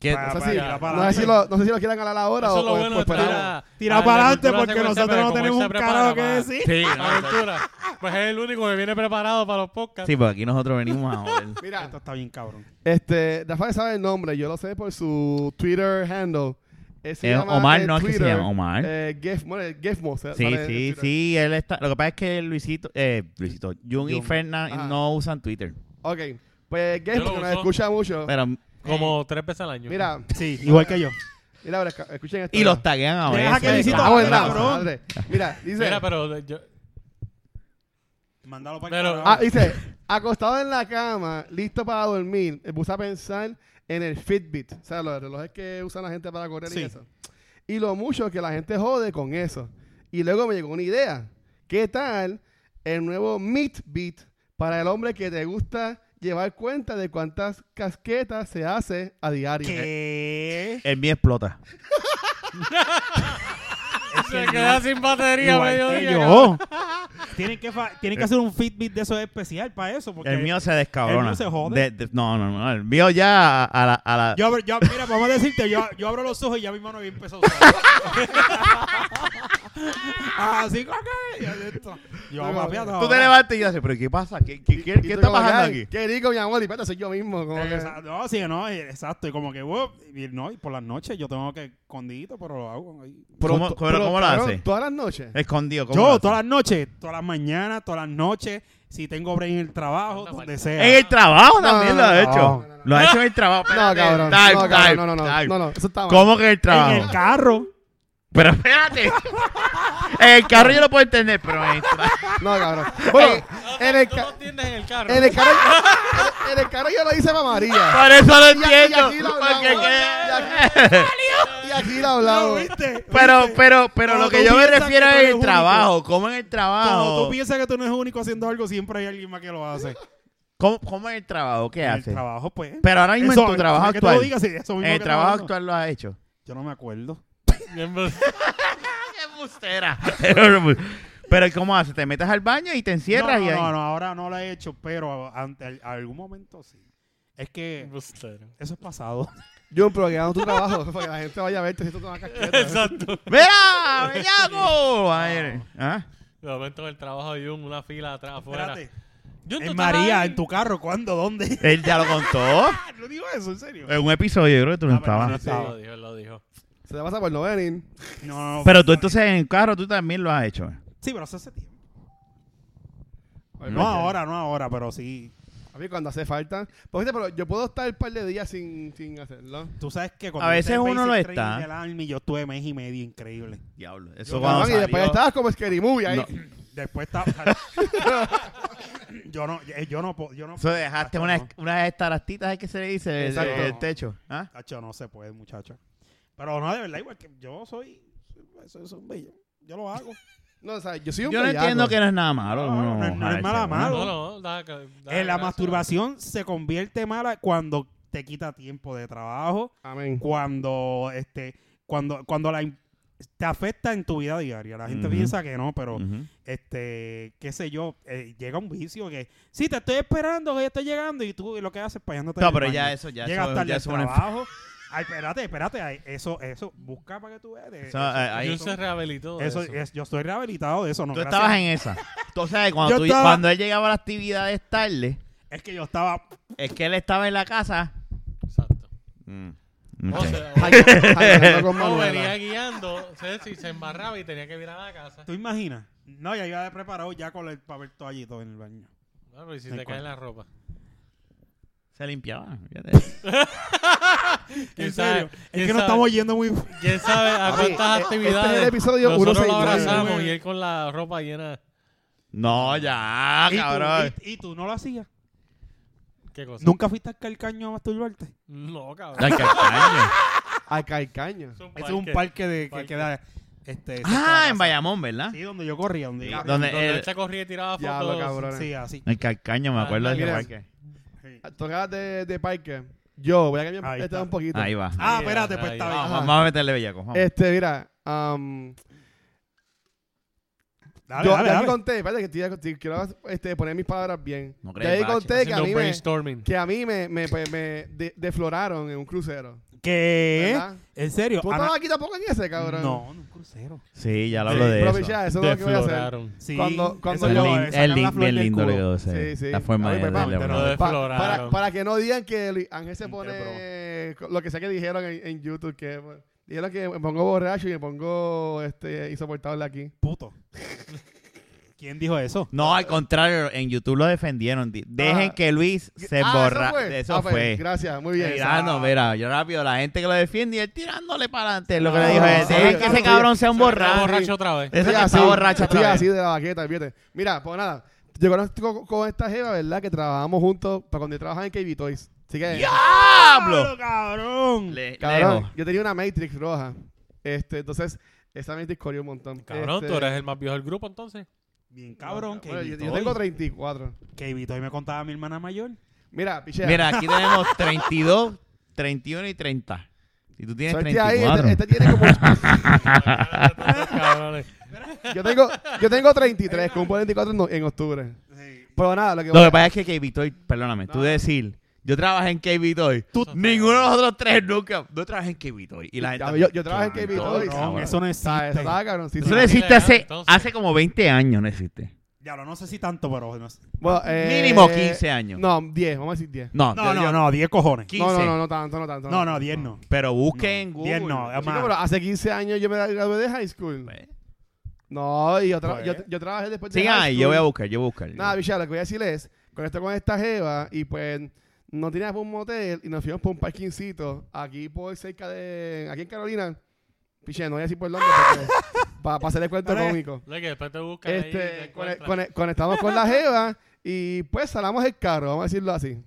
[SPEAKER 1] ¿Qué-
[SPEAKER 4] Ah,
[SPEAKER 2] No sé
[SPEAKER 4] para,
[SPEAKER 2] si,
[SPEAKER 4] para, para,
[SPEAKER 2] no sé
[SPEAKER 4] para.
[SPEAKER 2] si lo, no sé si lo quieran hablar ahora
[SPEAKER 3] Eso
[SPEAKER 2] o,
[SPEAKER 3] es lo
[SPEAKER 2] o
[SPEAKER 3] bueno de
[SPEAKER 2] después
[SPEAKER 3] estar
[SPEAKER 2] esperamos.
[SPEAKER 3] a-
[SPEAKER 4] Tira
[SPEAKER 3] a la
[SPEAKER 4] para adelante
[SPEAKER 3] cultura
[SPEAKER 4] porque
[SPEAKER 3] secuencia,
[SPEAKER 4] nosotros
[SPEAKER 3] pero
[SPEAKER 4] no
[SPEAKER 3] como él
[SPEAKER 4] tenemos
[SPEAKER 3] se
[SPEAKER 4] un
[SPEAKER 3] prepara
[SPEAKER 4] carajo que
[SPEAKER 3] para-
[SPEAKER 4] decir.
[SPEAKER 1] Sí,
[SPEAKER 3] para la cultura, Pues es el único que viene preparado para los podcasts.
[SPEAKER 1] sí, pues aquí nosotros venimos a joder.
[SPEAKER 2] Mira,
[SPEAKER 4] Esto está bien cabrón.
[SPEAKER 2] este, Rafael sabe el nombre, yo lo sé por su Twitter handle. Él se
[SPEAKER 1] Eh,
[SPEAKER 2] llama
[SPEAKER 1] Omar,
[SPEAKER 2] en
[SPEAKER 1] no es que se
[SPEAKER 2] Twitter,
[SPEAKER 1] llama Omar.
[SPEAKER 2] Eh, Gef, bueno, eh, Gefmo, se-
[SPEAKER 1] Sí,
[SPEAKER 2] sale en
[SPEAKER 1] sí,
[SPEAKER 2] Twitter.
[SPEAKER 1] sí, él está. Lo que pasa es que Luisito, eh, Luisito, Jun Ah. y
[SPEAKER 2] Jun.
[SPEAKER 1] Fernan
[SPEAKER 2] Ajá.
[SPEAKER 1] no usan Twitter.
[SPEAKER 2] Ok, pues
[SPEAKER 3] Yo lo
[SPEAKER 2] Gefmo, que nos
[SPEAKER 3] uso.
[SPEAKER 2] escucha mucho.
[SPEAKER 1] Pero,
[SPEAKER 3] Como tres veces al año.
[SPEAKER 2] Mira,
[SPEAKER 4] Sí, igual que yo.
[SPEAKER 2] mira, ahora, esca- escuchen esto. ah,
[SPEAKER 1] y los taguean a
[SPEAKER 4] Deja
[SPEAKER 1] veces.
[SPEAKER 4] que Luisito
[SPEAKER 1] cabrón.
[SPEAKER 4] hable, cabrón.
[SPEAKER 2] madre. Mira, dice...
[SPEAKER 3] Mira, pero yo...
[SPEAKER 4] Mándalo
[SPEAKER 3] el
[SPEAKER 4] para
[SPEAKER 3] Pero- carajo.
[SPEAKER 2] Ah, dice, acostado en la cama, listo para dormir, me puse a pensar en el Fitbit, o sea, los relojes que usan la gente para correr
[SPEAKER 4] Sí.
[SPEAKER 2] y eso. Y lo mucho que la gente jode con eso. Y luego me llegó una idea. ¿Qué tal el nuevo Meatbit para el hombre que te gusta llevar cuenta de cuántas casquetas se hace a diario?
[SPEAKER 4] ¿Qué?
[SPEAKER 1] El mío explota.
[SPEAKER 3] Se queda sin batería medio
[SPEAKER 4] Igual que
[SPEAKER 3] día.
[SPEAKER 4] yo. Tienen que, fa- tienen que hacer un Fitbit de eso especial para eso. Porque
[SPEAKER 1] El mío se descabrona.
[SPEAKER 4] el mío se jode.
[SPEAKER 1] De- de- no, no, no. El mío ya a, a la. A la
[SPEAKER 4] Yo, abro- yo- mira, vamos a decirte, yo, yo abro los ojos y ya mi mano bien empezó a usar. Así como que. ya de esto. Yo,
[SPEAKER 2] Tú
[SPEAKER 4] papi,
[SPEAKER 2] te
[SPEAKER 1] tú te levantas y dices, pero ¿qué pasa? ¿Qué, qué, qué-
[SPEAKER 2] Y- y
[SPEAKER 1] qué
[SPEAKER 2] tú
[SPEAKER 1] está
[SPEAKER 2] como que,
[SPEAKER 1] pasando
[SPEAKER 2] "Ay,
[SPEAKER 1] aquí?
[SPEAKER 2] Qué rico, mi amor, y espérate, soy yo mismo. como que-
[SPEAKER 4] Exa- No, sí, no, eh, exacto. Y como que, wow, y, no, y por las noches yo tengo que escondidito, pero lo hago. ahí.
[SPEAKER 1] ¿Cómo,
[SPEAKER 2] Pero-
[SPEAKER 1] cómo-
[SPEAKER 2] pero,
[SPEAKER 1] cómo lo
[SPEAKER 2] cabrón,
[SPEAKER 1] hace? Eh,
[SPEAKER 2] Todas las noches.
[SPEAKER 1] Escondido. ¿cómo lo
[SPEAKER 4] Yo,
[SPEAKER 1] hace?
[SPEAKER 4] todas las noches, todas las mañanas, todas las noches, si tengo break en el trabajo,
[SPEAKER 3] Anda,
[SPEAKER 4] donde
[SPEAKER 3] Marco.
[SPEAKER 4] sea.
[SPEAKER 1] En el trabajo
[SPEAKER 2] No,
[SPEAKER 1] también
[SPEAKER 2] no,
[SPEAKER 1] lo ha
[SPEAKER 2] no,
[SPEAKER 1] hecho.
[SPEAKER 2] no, no, no.
[SPEAKER 1] Lo ha hecho en el trabajo.
[SPEAKER 2] No,
[SPEAKER 1] Espérate,
[SPEAKER 2] cabrón.
[SPEAKER 1] time,
[SPEAKER 2] no,
[SPEAKER 1] time,
[SPEAKER 2] cabrón. No, no, no.
[SPEAKER 1] time.
[SPEAKER 2] No, no. Eso está mal.
[SPEAKER 1] ¿Cómo que en el trabajo?
[SPEAKER 4] En el carro.
[SPEAKER 1] Pero espérate. en el carro yo lo puedo entender, pero en el trabajo.
[SPEAKER 2] No, cabrón.
[SPEAKER 1] Bueno,
[SPEAKER 2] en el,
[SPEAKER 3] Tú no
[SPEAKER 2] ca-
[SPEAKER 3] entiendes en el carro.
[SPEAKER 2] en el carro. En el carro yo lo hice para María.
[SPEAKER 1] Por eso lo
[SPEAKER 2] aquí-
[SPEAKER 1] entiendo.
[SPEAKER 2] aquí lo
[SPEAKER 1] porque
[SPEAKER 2] hablamos.
[SPEAKER 1] que-
[SPEAKER 2] Y aquí lo hablamos.
[SPEAKER 4] ¿Viste?
[SPEAKER 1] pero, pero, pero
[SPEAKER 4] Cuando
[SPEAKER 1] lo que
[SPEAKER 4] tú
[SPEAKER 1] yo me
[SPEAKER 4] piensas
[SPEAKER 1] refiero
[SPEAKER 4] que tú
[SPEAKER 1] es
[SPEAKER 4] eres
[SPEAKER 1] el
[SPEAKER 4] único.
[SPEAKER 1] trabajo. ¿Cómo en el
[SPEAKER 4] Cuando
[SPEAKER 1] trabajo?
[SPEAKER 4] tú piensas que tú no eres único haciendo algo, siempre hay alguien más que lo hace.
[SPEAKER 1] ¿Cómo, cómo en el trabajo? ¿Qué
[SPEAKER 4] En el
[SPEAKER 1] haces?
[SPEAKER 4] trabajo, pues.
[SPEAKER 1] Pero ahora mismo en tu
[SPEAKER 4] Eso,
[SPEAKER 1] trabajo
[SPEAKER 4] que tú lo
[SPEAKER 1] actual.
[SPEAKER 4] digas, sí, eso mismo
[SPEAKER 1] En
[SPEAKER 4] que
[SPEAKER 1] el
[SPEAKER 4] te
[SPEAKER 1] trabajo
[SPEAKER 4] hablo.
[SPEAKER 1] actual lo has hecho.
[SPEAKER 4] Yo no me acuerdo.
[SPEAKER 3] Bien, pero-
[SPEAKER 1] Pero ¿cómo haces? ¿Te metes al baño y te encierras?
[SPEAKER 4] no,
[SPEAKER 1] y
[SPEAKER 4] no,
[SPEAKER 1] ahí?
[SPEAKER 4] no, no, ahora no lo he hecho, pero ante- al- algún momento sí. Es que
[SPEAKER 3] Embustero.
[SPEAKER 4] eso es pasado.
[SPEAKER 2] Jun, pero que hagas tu trabajo para que la gente vaya a verte si tú tomas casqueta.
[SPEAKER 3] Exacto.
[SPEAKER 1] ¡Mira! ¡Bellaco! Ayer, ¿ah?
[SPEAKER 3] De momento en el trabajo hay un- una fila atrás afuera.
[SPEAKER 4] Espérate.
[SPEAKER 3] Yo, tú
[SPEAKER 4] En
[SPEAKER 3] estabas
[SPEAKER 4] María,
[SPEAKER 3] ahí.
[SPEAKER 4] en tu carro, ¿cuándo? ¿Dónde?
[SPEAKER 1] Él ya lo contó.
[SPEAKER 4] Ah, no digo eso, en serio.
[SPEAKER 1] En un episodio, yo creo que tú no
[SPEAKER 4] Ah, pero
[SPEAKER 1] estabas.
[SPEAKER 3] Sí, lo
[SPEAKER 4] no
[SPEAKER 3] dijo, él lo dijo.
[SPEAKER 2] Se te pasa por no venir.
[SPEAKER 4] No, no, no.
[SPEAKER 1] Pero tú entonces en el carro tú también lo has hecho.
[SPEAKER 4] Sí, pero eso hace tiempo.
[SPEAKER 2] Ay,
[SPEAKER 4] No ahora, no ahora, pero sí.
[SPEAKER 2] A mí cuando hace falta. Pues, viste, pero yo puedo estar un par de días sin, sin hacerlo.
[SPEAKER 4] Tú sabes que cuando
[SPEAKER 1] A
[SPEAKER 4] yo
[SPEAKER 1] veces
[SPEAKER 4] estaba en
[SPEAKER 1] uno lo
[SPEAKER 4] basic training
[SPEAKER 1] está.
[SPEAKER 4] del Army, yo estuve mes y medio increíble.
[SPEAKER 1] Diablo. Eso
[SPEAKER 2] Cabrón,
[SPEAKER 1] cuando
[SPEAKER 2] y después
[SPEAKER 1] salió-
[SPEAKER 2] estabas como Scary Movie ahí.
[SPEAKER 1] No.
[SPEAKER 4] Después estaba. yo no, eh, yo no, po- yo no.
[SPEAKER 1] Eso dejaste
[SPEAKER 4] Tacho,
[SPEAKER 1] una,
[SPEAKER 4] no.
[SPEAKER 1] una de estas rastitas ¿eh? que se le dice de- de-
[SPEAKER 2] Exacto.
[SPEAKER 1] del techo. ¿Ah?
[SPEAKER 4] Tacho, no se puede, muchacho. Pero no, de verdad, igual que yo soy, soy, soy un bello. Yo lo hago.
[SPEAKER 2] No, o sea, yo soy un
[SPEAKER 1] Yo no
[SPEAKER 2] bellaco.
[SPEAKER 1] entiendo que no es nada malo.
[SPEAKER 4] No,
[SPEAKER 1] uno
[SPEAKER 4] no es- no es
[SPEAKER 1] mojarse,
[SPEAKER 4] nada
[SPEAKER 1] ¿no?
[SPEAKER 4] malo.
[SPEAKER 3] No, no, da- da-
[SPEAKER 4] Eh, Ah, la
[SPEAKER 3] gracias.
[SPEAKER 4] masturbación se convierte mala cuando te quita tiempo de trabajo,
[SPEAKER 2] Amén.
[SPEAKER 4] cuando este, cuando, cuando la im- te afecta en tu vida diaria. La gente
[SPEAKER 1] Ujú. Mm.
[SPEAKER 4] piensa que no, pero
[SPEAKER 1] Ujú.
[SPEAKER 4] este, qué sé yo, eh, llega un vicio que sí te estoy esperando, que ya estoy llegando y tú lo que haces payándote.
[SPEAKER 1] No, pero ya eso, ya
[SPEAKER 4] Llegas
[SPEAKER 1] eso,
[SPEAKER 4] tarde
[SPEAKER 1] ya
[SPEAKER 4] al
[SPEAKER 1] eso es una enfer-
[SPEAKER 4] trabajo. Ay, espérate, espérate, ay, eso, eso, busca para que tú veas. de-
[SPEAKER 1] Eso, eh, ahí-
[SPEAKER 3] Jun se rehabilitó. de
[SPEAKER 4] eso-
[SPEAKER 3] eso.
[SPEAKER 4] es- yo estoy rehabilitado de eso, no.
[SPEAKER 1] Tú
[SPEAKER 4] gracias.
[SPEAKER 1] estabas en esa. Entonces, cuando,
[SPEAKER 4] Yo
[SPEAKER 1] tú-
[SPEAKER 4] estaba-
[SPEAKER 1] cuando él llegaba a las actividades tarde,
[SPEAKER 4] Es que yo estaba
[SPEAKER 1] es que él estaba en la casa.
[SPEAKER 3] Exacto.
[SPEAKER 1] Mm.
[SPEAKER 3] O
[SPEAKER 1] Ok.
[SPEAKER 3] sea,
[SPEAKER 2] Jangueando
[SPEAKER 3] o-
[SPEAKER 2] con
[SPEAKER 3] o
[SPEAKER 2] Manuela.
[SPEAKER 3] venía guiando, Ceci se embarraba y tenía que virar a la casa.
[SPEAKER 4] ¿Tú imaginas? No, ya iba de preparado ya con el papel toallito en el baño.
[SPEAKER 3] No, pero ¿y si
[SPEAKER 1] Me
[SPEAKER 3] te cae
[SPEAKER 1] acuerdo.
[SPEAKER 3] la ropa.
[SPEAKER 1] Se limpiaba. fíjate.
[SPEAKER 3] ¿Quién
[SPEAKER 4] En
[SPEAKER 3] sabe?
[SPEAKER 4] serio. Es
[SPEAKER 3] ¿Quién
[SPEAKER 4] que no
[SPEAKER 3] sabe?
[SPEAKER 4] estamos yendo muy.
[SPEAKER 3] ¿Quién sabe a
[SPEAKER 2] Papi,
[SPEAKER 3] cuántas
[SPEAKER 2] eh,
[SPEAKER 3] actividades?
[SPEAKER 2] este es el episodio
[SPEAKER 3] Nosotros lo
[SPEAKER 2] 169.
[SPEAKER 3] abrazamos y él con la ropa llena.
[SPEAKER 1] No, ya,
[SPEAKER 4] ¿Y tú,
[SPEAKER 1] Ah, cabrón.
[SPEAKER 4] y, y tú no lo hacías.
[SPEAKER 3] ¿Qué cosa?
[SPEAKER 4] ¿Nunca fuiste al calcaño a masturbarte?
[SPEAKER 3] No, cabrón.
[SPEAKER 1] Ay, qué caño.
[SPEAKER 2] Al calcaño.
[SPEAKER 4] Ese es un parque de, que
[SPEAKER 3] parque.
[SPEAKER 4] queda... Este, cerca
[SPEAKER 1] Ah,
[SPEAKER 4] de
[SPEAKER 1] en
[SPEAKER 4] la casa.
[SPEAKER 1] Bayamón, ¿verdad?
[SPEAKER 4] Sí, donde yo corría, donde yo...
[SPEAKER 3] Donde,
[SPEAKER 1] Donde
[SPEAKER 3] él
[SPEAKER 1] el-
[SPEAKER 3] se corría y tiraba
[SPEAKER 2] Ya
[SPEAKER 3] fotos.
[SPEAKER 2] lo Eh, cabrón.
[SPEAKER 4] Sí, así.
[SPEAKER 1] El Calcaño, me acuerdo de ese
[SPEAKER 2] Ah, Mira.
[SPEAKER 1] parque.
[SPEAKER 4] Sí.
[SPEAKER 2] Tocabas de, de Parker. Yo, voy a cambiar
[SPEAKER 4] Ahí
[SPEAKER 2] este
[SPEAKER 4] está.
[SPEAKER 2] un poquito.
[SPEAKER 1] Ahí va.
[SPEAKER 4] Ah, espérate, pues
[SPEAKER 3] Ahí
[SPEAKER 4] está
[SPEAKER 3] va.
[SPEAKER 4] bien.
[SPEAKER 1] Vamos,
[SPEAKER 2] Ajá.
[SPEAKER 1] vamos a meterle bellaco. vamos.
[SPEAKER 2] Este, mira. am,
[SPEAKER 4] Dale,
[SPEAKER 2] yo
[SPEAKER 4] dale,
[SPEAKER 2] ya
[SPEAKER 4] dale.
[SPEAKER 2] te conté, espérate que estoy- estoy- quiero este, poner mis palabras bien.
[SPEAKER 1] No
[SPEAKER 2] ya
[SPEAKER 1] crees,
[SPEAKER 2] te
[SPEAKER 1] bache.
[SPEAKER 2] conté que a
[SPEAKER 3] Haciendo
[SPEAKER 2] mí me,
[SPEAKER 3] brainstorming.
[SPEAKER 2] que a mí me, me, pues, me de- defloraron en un crucero.
[SPEAKER 4] ¿Qué?
[SPEAKER 2] ¿verdad?
[SPEAKER 4] ¿En serio?
[SPEAKER 2] ¿Tú
[SPEAKER 4] Ana-
[SPEAKER 2] estabas aquí tampoco en ese, cabrón?
[SPEAKER 4] No, no, un crucero.
[SPEAKER 1] Sí, ya lo hablo de
[SPEAKER 2] Pero,
[SPEAKER 1] eso.
[SPEAKER 2] pichá, eso es lo que voy a hacer.
[SPEAKER 3] Defloraron.
[SPEAKER 4] Sí.
[SPEAKER 2] Cuando- cuando
[SPEAKER 1] Es
[SPEAKER 2] yo-
[SPEAKER 1] lin-
[SPEAKER 2] le
[SPEAKER 1] es lin- bien lindo le quedó ese-
[SPEAKER 2] Sí, sí.
[SPEAKER 1] la forma
[SPEAKER 2] Ay,
[SPEAKER 1] de,
[SPEAKER 2] pues,
[SPEAKER 1] de
[SPEAKER 2] vamos,
[SPEAKER 1] Lebron.
[SPEAKER 3] pero-
[SPEAKER 2] Pa-
[SPEAKER 3] Exploraron.
[SPEAKER 2] para, para que no digan que Luis Ángel se
[SPEAKER 3] Qué
[SPEAKER 2] pone lo que sea que dijeron en, en YouTube que bueno, dijeron que me pongo borracho y me pongo este insoportable aquí.
[SPEAKER 4] Puto. ¿Quién dijo eso?
[SPEAKER 1] No, al contrario, en YouTube lo defendieron. Di- Dejen
[SPEAKER 2] Ah.
[SPEAKER 1] que Luis se
[SPEAKER 2] Ah,
[SPEAKER 1] borra.
[SPEAKER 2] Eso fue.
[SPEAKER 1] Eso
[SPEAKER 2] Ah, pues,
[SPEAKER 1] fue.
[SPEAKER 2] Gracias, muy bien.
[SPEAKER 1] Tirando, mira, yo rápido, la gente que lo defiende y él tirándole para adelante. Lo que le
[SPEAKER 2] No,
[SPEAKER 1] dijo es:
[SPEAKER 2] sí,
[SPEAKER 1] dejen que
[SPEAKER 2] claro,
[SPEAKER 1] ese
[SPEAKER 2] sí.
[SPEAKER 1] cabrón sea un
[SPEAKER 3] Se metió
[SPEAKER 1] borracho.
[SPEAKER 3] borracho otra vez.
[SPEAKER 1] Ese
[SPEAKER 2] Ah, Estoy
[SPEAKER 1] que está
[SPEAKER 2] así,
[SPEAKER 1] borracho
[SPEAKER 2] estoy
[SPEAKER 1] otra vez.
[SPEAKER 2] así de la baqueta, fíjate. Mira, pues nada, yo conozco con, con esta jeva, ¿verdad? Que trabajábamos juntos para cuando yo trabajaba en KB Toys. Así que,
[SPEAKER 1] ¡Diablo!
[SPEAKER 4] cabrón!
[SPEAKER 1] Le-
[SPEAKER 2] cabrón,
[SPEAKER 1] lejos.
[SPEAKER 2] yo tenía una Matrix roja. Este, entonces, esa Matrix corrió un montón.
[SPEAKER 3] Cabrón,
[SPEAKER 2] Este,
[SPEAKER 3] tú eres el más viejo del grupo entonces.
[SPEAKER 4] Bien cabrón,
[SPEAKER 2] bueno, yo,
[SPEAKER 4] que
[SPEAKER 2] yo tengo 34.
[SPEAKER 4] Que Vito hoy me contaba mi hermana mayor.
[SPEAKER 2] Mira, pichea.
[SPEAKER 1] Mira, aquí tenemos 32, 31 y 30. Si tú tienes
[SPEAKER 2] Suerte ahí, este,
[SPEAKER 1] 34.
[SPEAKER 2] este tiene como.
[SPEAKER 3] Cabrones.
[SPEAKER 2] Yo tengo, yo tengo 33, con 44 en, en octubre. Pero nada, lo que
[SPEAKER 1] Lo
[SPEAKER 2] voy
[SPEAKER 1] que
[SPEAKER 2] a-
[SPEAKER 1] pasa es que KB Toy, perdóname, tú decir, yo trabajé en KB Toy. ninguno de los otros tres nunca. Yo trabajé en KB Toy. Y la gente.
[SPEAKER 2] Ya, yo, yo trabajé en KB
[SPEAKER 1] Cabrón,
[SPEAKER 2] Toys.
[SPEAKER 1] cabrón.
[SPEAKER 4] eso no existe.
[SPEAKER 2] Ah, eso estaba cabrón, sí,
[SPEAKER 1] Eso
[SPEAKER 2] sí.
[SPEAKER 1] no existe
[SPEAKER 3] Ilegal,
[SPEAKER 1] hace,
[SPEAKER 3] entonces.
[SPEAKER 1] hace como 20 años, no existe.
[SPEAKER 4] Ya lo no sé si tanto, pero no sé.
[SPEAKER 2] Bueno, eh,
[SPEAKER 1] Mínimo 15 años.
[SPEAKER 2] No, 10, vamos a decir 10.
[SPEAKER 1] No,
[SPEAKER 4] No,
[SPEAKER 1] yo-
[SPEAKER 4] no,
[SPEAKER 1] yo-
[SPEAKER 4] no, 10 cojones.
[SPEAKER 1] 15.
[SPEAKER 2] No, no, no, no tanto, no tanto.
[SPEAKER 4] No, no, 10 no.
[SPEAKER 1] Pero busquen en
[SPEAKER 4] No,
[SPEAKER 1] Google.
[SPEAKER 4] 10 no, es
[SPEAKER 3] Ah,
[SPEAKER 2] Chico,
[SPEAKER 4] más.
[SPEAKER 2] pero hace 15 años yo me gradué de high school.
[SPEAKER 1] Pues,
[SPEAKER 2] No, y yo, tra-
[SPEAKER 4] Pues.
[SPEAKER 2] yo, yo trabajé después de
[SPEAKER 1] Sí,
[SPEAKER 2] high
[SPEAKER 1] ah,
[SPEAKER 2] school.
[SPEAKER 1] yo voy a buscar, yo voy a buscar.
[SPEAKER 2] Nada, bicha, lo que voy a decir es, conecté con esta jeva y pues no teníamos un motel y nos fuimos por un parkingcito aquí por cerca de, aquí en Carolina. Piché, no voy a decir por dónde para hacer el cuento
[SPEAKER 4] Ahora-
[SPEAKER 2] cómico.
[SPEAKER 3] No, que después te buscan ahí y te
[SPEAKER 2] Este, cone-
[SPEAKER 3] encuentran.
[SPEAKER 2] cone- conectamos con la jeva y pues salamos el carro, vamos a decirlo así.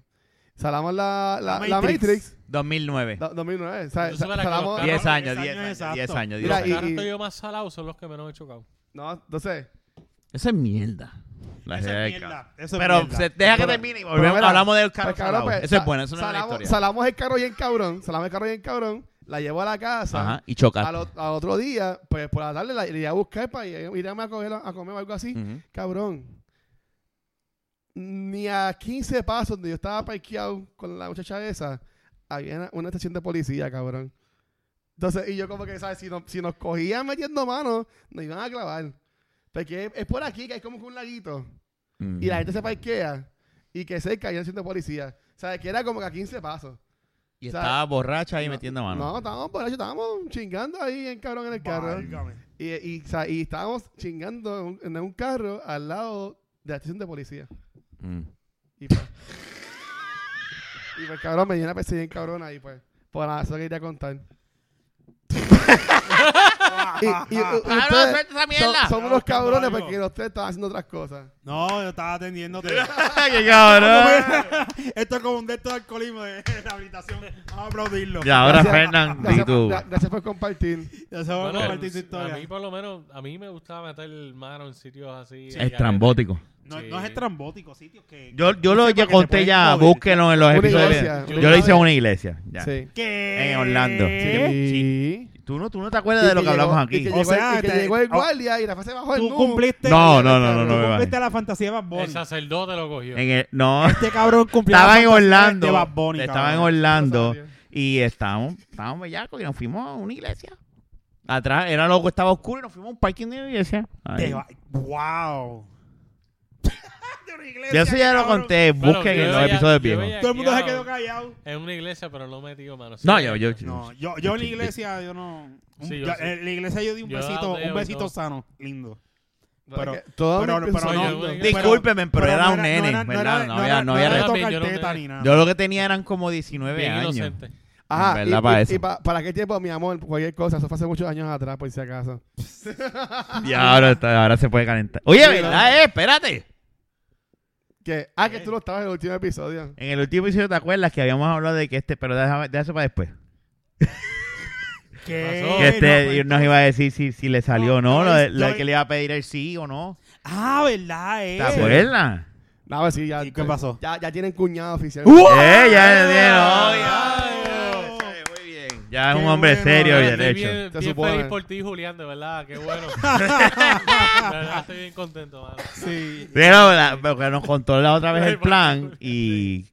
[SPEAKER 2] Salamos la, la, la Matrix,
[SPEAKER 1] 2009.
[SPEAKER 2] do- 2009. o sea,
[SPEAKER 3] Yo
[SPEAKER 2] sa-
[SPEAKER 3] supe la que
[SPEAKER 2] salamos,
[SPEAKER 3] los
[SPEAKER 1] 10
[SPEAKER 4] no,
[SPEAKER 1] años,
[SPEAKER 4] diez
[SPEAKER 1] 10
[SPEAKER 4] años,
[SPEAKER 1] años,
[SPEAKER 4] exacto.
[SPEAKER 1] 10 años.
[SPEAKER 2] Mira,
[SPEAKER 1] diez años.
[SPEAKER 2] y-
[SPEAKER 3] Los carros que yo más salados son los que menos he chocado.
[SPEAKER 2] no, entonces,
[SPEAKER 1] Eso es mierda. La
[SPEAKER 4] Esa
[SPEAKER 1] realidad
[SPEAKER 4] es
[SPEAKER 1] del caso.
[SPEAKER 4] mierda. Eso es
[SPEAKER 1] Pero
[SPEAKER 4] mierda.
[SPEAKER 1] se- deja que
[SPEAKER 2] Pero-
[SPEAKER 1] termine y
[SPEAKER 2] pero
[SPEAKER 1] volvemos,
[SPEAKER 2] mira,
[SPEAKER 1] hablamos del carro.
[SPEAKER 2] pues, cabrón,
[SPEAKER 1] salado.
[SPEAKER 2] pues,
[SPEAKER 1] Eso es
[SPEAKER 2] sa-
[SPEAKER 1] bueno, eso es una buena
[SPEAKER 2] salamos,
[SPEAKER 1] historia.
[SPEAKER 2] salamos el carro bien cabrón, salamos el carro bien cabrón, la llevo a la casa.
[SPEAKER 1] Ajá, y
[SPEAKER 2] al,
[SPEAKER 1] chocaste.
[SPEAKER 2] ot- al otro día, pues por la tarde la iré a buscar para ir irme a, coger, a comer o algo así.
[SPEAKER 1] Ujú.
[SPEAKER 2] Cabrón. Ni a 15 pasos donde yo estaba parqueado con la muchacha esa, había una, una estación de policía, cabrón. Entonces, y yo como que, ¿sabes? Si, no- si nos cogían metiendo manos, nos iban a clavar. Porque es, es por aquí que hay como que un laguito.
[SPEAKER 1] Mm.
[SPEAKER 2] Y la gente se parquea y que cerca hay una estación de policía. O sea, que era como que a 15 pasos.
[SPEAKER 1] Y
[SPEAKER 2] o sea,
[SPEAKER 1] estaba borracha ahí
[SPEAKER 2] no-
[SPEAKER 1] metiendo mano.
[SPEAKER 2] No, estábamos borrachos, estábamos chingando ahí en cabrón en el carro.
[SPEAKER 4] Válgame.
[SPEAKER 2] Y, y, o sea, y estábamos chingando en un, en un carro al lado de la estación de policía.
[SPEAKER 1] Mm.
[SPEAKER 2] Y pues, y pues cabrón, me dio una perseguida en cabrona y pues, pues nada, eso quería contar. y, y, u-
[SPEAKER 1] Cabrón,
[SPEAKER 2] ustedes
[SPEAKER 1] Ah, suelta esa
[SPEAKER 2] son,
[SPEAKER 1] mierda.
[SPEAKER 2] son unos
[SPEAKER 4] Estaba buscando
[SPEAKER 2] cabrones
[SPEAKER 4] algo.
[SPEAKER 2] porque ustedes estaban haciendo otras cosas.
[SPEAKER 4] No, yo estaba atendiéndote.
[SPEAKER 1] ¡Qué cabrón!
[SPEAKER 4] Esto es como un de estos de alcoholismo de rehabilitación. Vamos a aplaudirlo.
[SPEAKER 1] Y ahora,
[SPEAKER 2] Gracias.
[SPEAKER 1] Fernand, Ah. di
[SPEAKER 2] Gracias,
[SPEAKER 1] tú.
[SPEAKER 2] gra- gracias por compartir.
[SPEAKER 4] Ya se va a
[SPEAKER 3] Bueno,
[SPEAKER 4] compartir tu
[SPEAKER 3] a mí
[SPEAKER 4] historia.
[SPEAKER 3] por lo menos, a mí me gustaba meter mano en sitios así.
[SPEAKER 1] Es trambótico.
[SPEAKER 4] No,
[SPEAKER 3] Sí.
[SPEAKER 4] no es estrambótico, sitios que...
[SPEAKER 1] Yo, yo lo ya
[SPEAKER 4] porque se
[SPEAKER 1] conté
[SPEAKER 4] pueden
[SPEAKER 1] ya,
[SPEAKER 4] joder.
[SPEAKER 1] búsquenlo en los
[SPEAKER 2] Una
[SPEAKER 1] episodios.
[SPEAKER 2] iglesia,
[SPEAKER 1] Yo
[SPEAKER 2] una
[SPEAKER 1] lo hice
[SPEAKER 2] iglesia.
[SPEAKER 1] en una iglesia. ya.
[SPEAKER 2] Sí.
[SPEAKER 4] ¿Qué?
[SPEAKER 1] En Orlando.
[SPEAKER 4] Sí.
[SPEAKER 1] Sí. Tú no, tú no te acuerdas de
[SPEAKER 2] Y
[SPEAKER 1] lo
[SPEAKER 2] que
[SPEAKER 1] que hablamos
[SPEAKER 2] llegó-
[SPEAKER 1] aquí.
[SPEAKER 2] Y que,
[SPEAKER 4] O
[SPEAKER 2] llegó,
[SPEAKER 4] sea,
[SPEAKER 2] el, y que
[SPEAKER 4] te-
[SPEAKER 2] llegó el
[SPEAKER 4] oh,
[SPEAKER 2] guardia y Rafa se
[SPEAKER 3] Pues
[SPEAKER 2] bajó el
[SPEAKER 4] Tú
[SPEAKER 2] nu.
[SPEAKER 4] cumpliste...
[SPEAKER 1] No, no, no, no,
[SPEAKER 4] Tú
[SPEAKER 1] no, me
[SPEAKER 4] cumpliste
[SPEAKER 1] vale.
[SPEAKER 4] la fantasía de Bad Bunny.
[SPEAKER 3] El sacerdote lo cogió.
[SPEAKER 1] En el- no,
[SPEAKER 4] Este cabrón cumplió la
[SPEAKER 1] estaba en
[SPEAKER 4] fantasía
[SPEAKER 1] Orlando.
[SPEAKER 4] de Bad Bunny,
[SPEAKER 1] Estaba en
[SPEAKER 4] cabrón.
[SPEAKER 1] Orlando
[SPEAKER 2] Rosario.
[SPEAKER 1] y estábamos, estábamos bellacos y nos fuimos a una iglesia. Atrás era loco, estaba oscuro y nos fuimos a un parking de una iglesia. Ahí.
[SPEAKER 4] Te va- Wow. De una iglesia,
[SPEAKER 1] Yo eso ya lo
[SPEAKER 4] cabrón.
[SPEAKER 1] conté,
[SPEAKER 3] Bueno,
[SPEAKER 1] busquen
[SPEAKER 3] yo
[SPEAKER 1] en los
[SPEAKER 3] veía-
[SPEAKER 1] episodios
[SPEAKER 3] yo
[SPEAKER 1] viejos.
[SPEAKER 3] veía
[SPEAKER 4] Todo el mundo se
[SPEAKER 3] guiado
[SPEAKER 4] quedó callado.
[SPEAKER 3] En una iglesia, pero no metí mano. Sí,
[SPEAKER 1] No, yo, yo,
[SPEAKER 4] No, yo, yo en la iglesia yo no.
[SPEAKER 3] Sí, yo
[SPEAKER 4] yo-
[SPEAKER 3] sí.
[SPEAKER 4] En la iglesia yo di un
[SPEAKER 3] Yo
[SPEAKER 4] besito,
[SPEAKER 3] daba un
[SPEAKER 4] un besito
[SPEAKER 3] dedo,
[SPEAKER 4] sano, lindo. Pero-
[SPEAKER 2] Porque todo
[SPEAKER 4] pero-
[SPEAKER 2] me empezó
[SPEAKER 4] pero
[SPEAKER 3] no,
[SPEAKER 2] saliendo.
[SPEAKER 3] yo-
[SPEAKER 1] Discúlpeme, pero,
[SPEAKER 4] no
[SPEAKER 1] era un
[SPEAKER 4] no
[SPEAKER 1] nene,
[SPEAKER 4] era-
[SPEAKER 1] ¿verdad?
[SPEAKER 4] era-
[SPEAKER 1] No había- no había
[SPEAKER 4] era de
[SPEAKER 3] razón.
[SPEAKER 4] tocar
[SPEAKER 3] Yo no
[SPEAKER 4] teta
[SPEAKER 3] tenía-
[SPEAKER 4] ni nada.
[SPEAKER 1] Yo lo que tenía eran como 19
[SPEAKER 3] Bien
[SPEAKER 1] años.
[SPEAKER 3] inocente.
[SPEAKER 2] Ajá,
[SPEAKER 1] En
[SPEAKER 2] y,
[SPEAKER 1] verdad, pa'
[SPEAKER 2] y-
[SPEAKER 1] eso.
[SPEAKER 2] y pa- para qué tiempo, mi amor, cualquier cosa, eso fue hace muchos años atrás, por si acaso.
[SPEAKER 1] Y ahora, está- ahora se puede calentar. Oye,
[SPEAKER 2] Sí,
[SPEAKER 1] ¿verdad? Eh, espérate.
[SPEAKER 2] Que, ah, que tú no estabas en el último episodio.
[SPEAKER 1] En el último episodio, ¿te acuerdas que habíamos hablado de que este, pero déjame, déjame eso para después?
[SPEAKER 4] ¿Qué?
[SPEAKER 3] pasó?
[SPEAKER 1] que este
[SPEAKER 4] No, pues,
[SPEAKER 1] nos iba a decir si, si le salió o no,
[SPEAKER 4] no,
[SPEAKER 1] lo, de- lo de
[SPEAKER 4] estoy-
[SPEAKER 1] que le iba a pedir el sí o no.
[SPEAKER 4] Ah, ¿verdad? Eh?
[SPEAKER 1] ¿Te acuerdas?
[SPEAKER 2] No, pues sí, ya.
[SPEAKER 4] ¿Y qué pasó?
[SPEAKER 2] Ya, ya tienen cuñado oficial.
[SPEAKER 1] ¡Eh, ya lo tiene,
[SPEAKER 4] ¡Ah!
[SPEAKER 1] oh, ya! Sí, muy bien. Ya es un hombre
[SPEAKER 4] bueno,
[SPEAKER 1] serio y
[SPEAKER 4] ahora
[SPEAKER 1] derecho.
[SPEAKER 3] Bien,
[SPEAKER 2] Se
[SPEAKER 3] bien
[SPEAKER 2] supone.
[SPEAKER 3] feliz por ti, Julián, de verdad. Qué bueno. La verdad, estoy bien contento, mano.
[SPEAKER 4] Sí.
[SPEAKER 1] Pero la- porque nos contó la otra vez el
[SPEAKER 3] Sí.
[SPEAKER 1] plan y...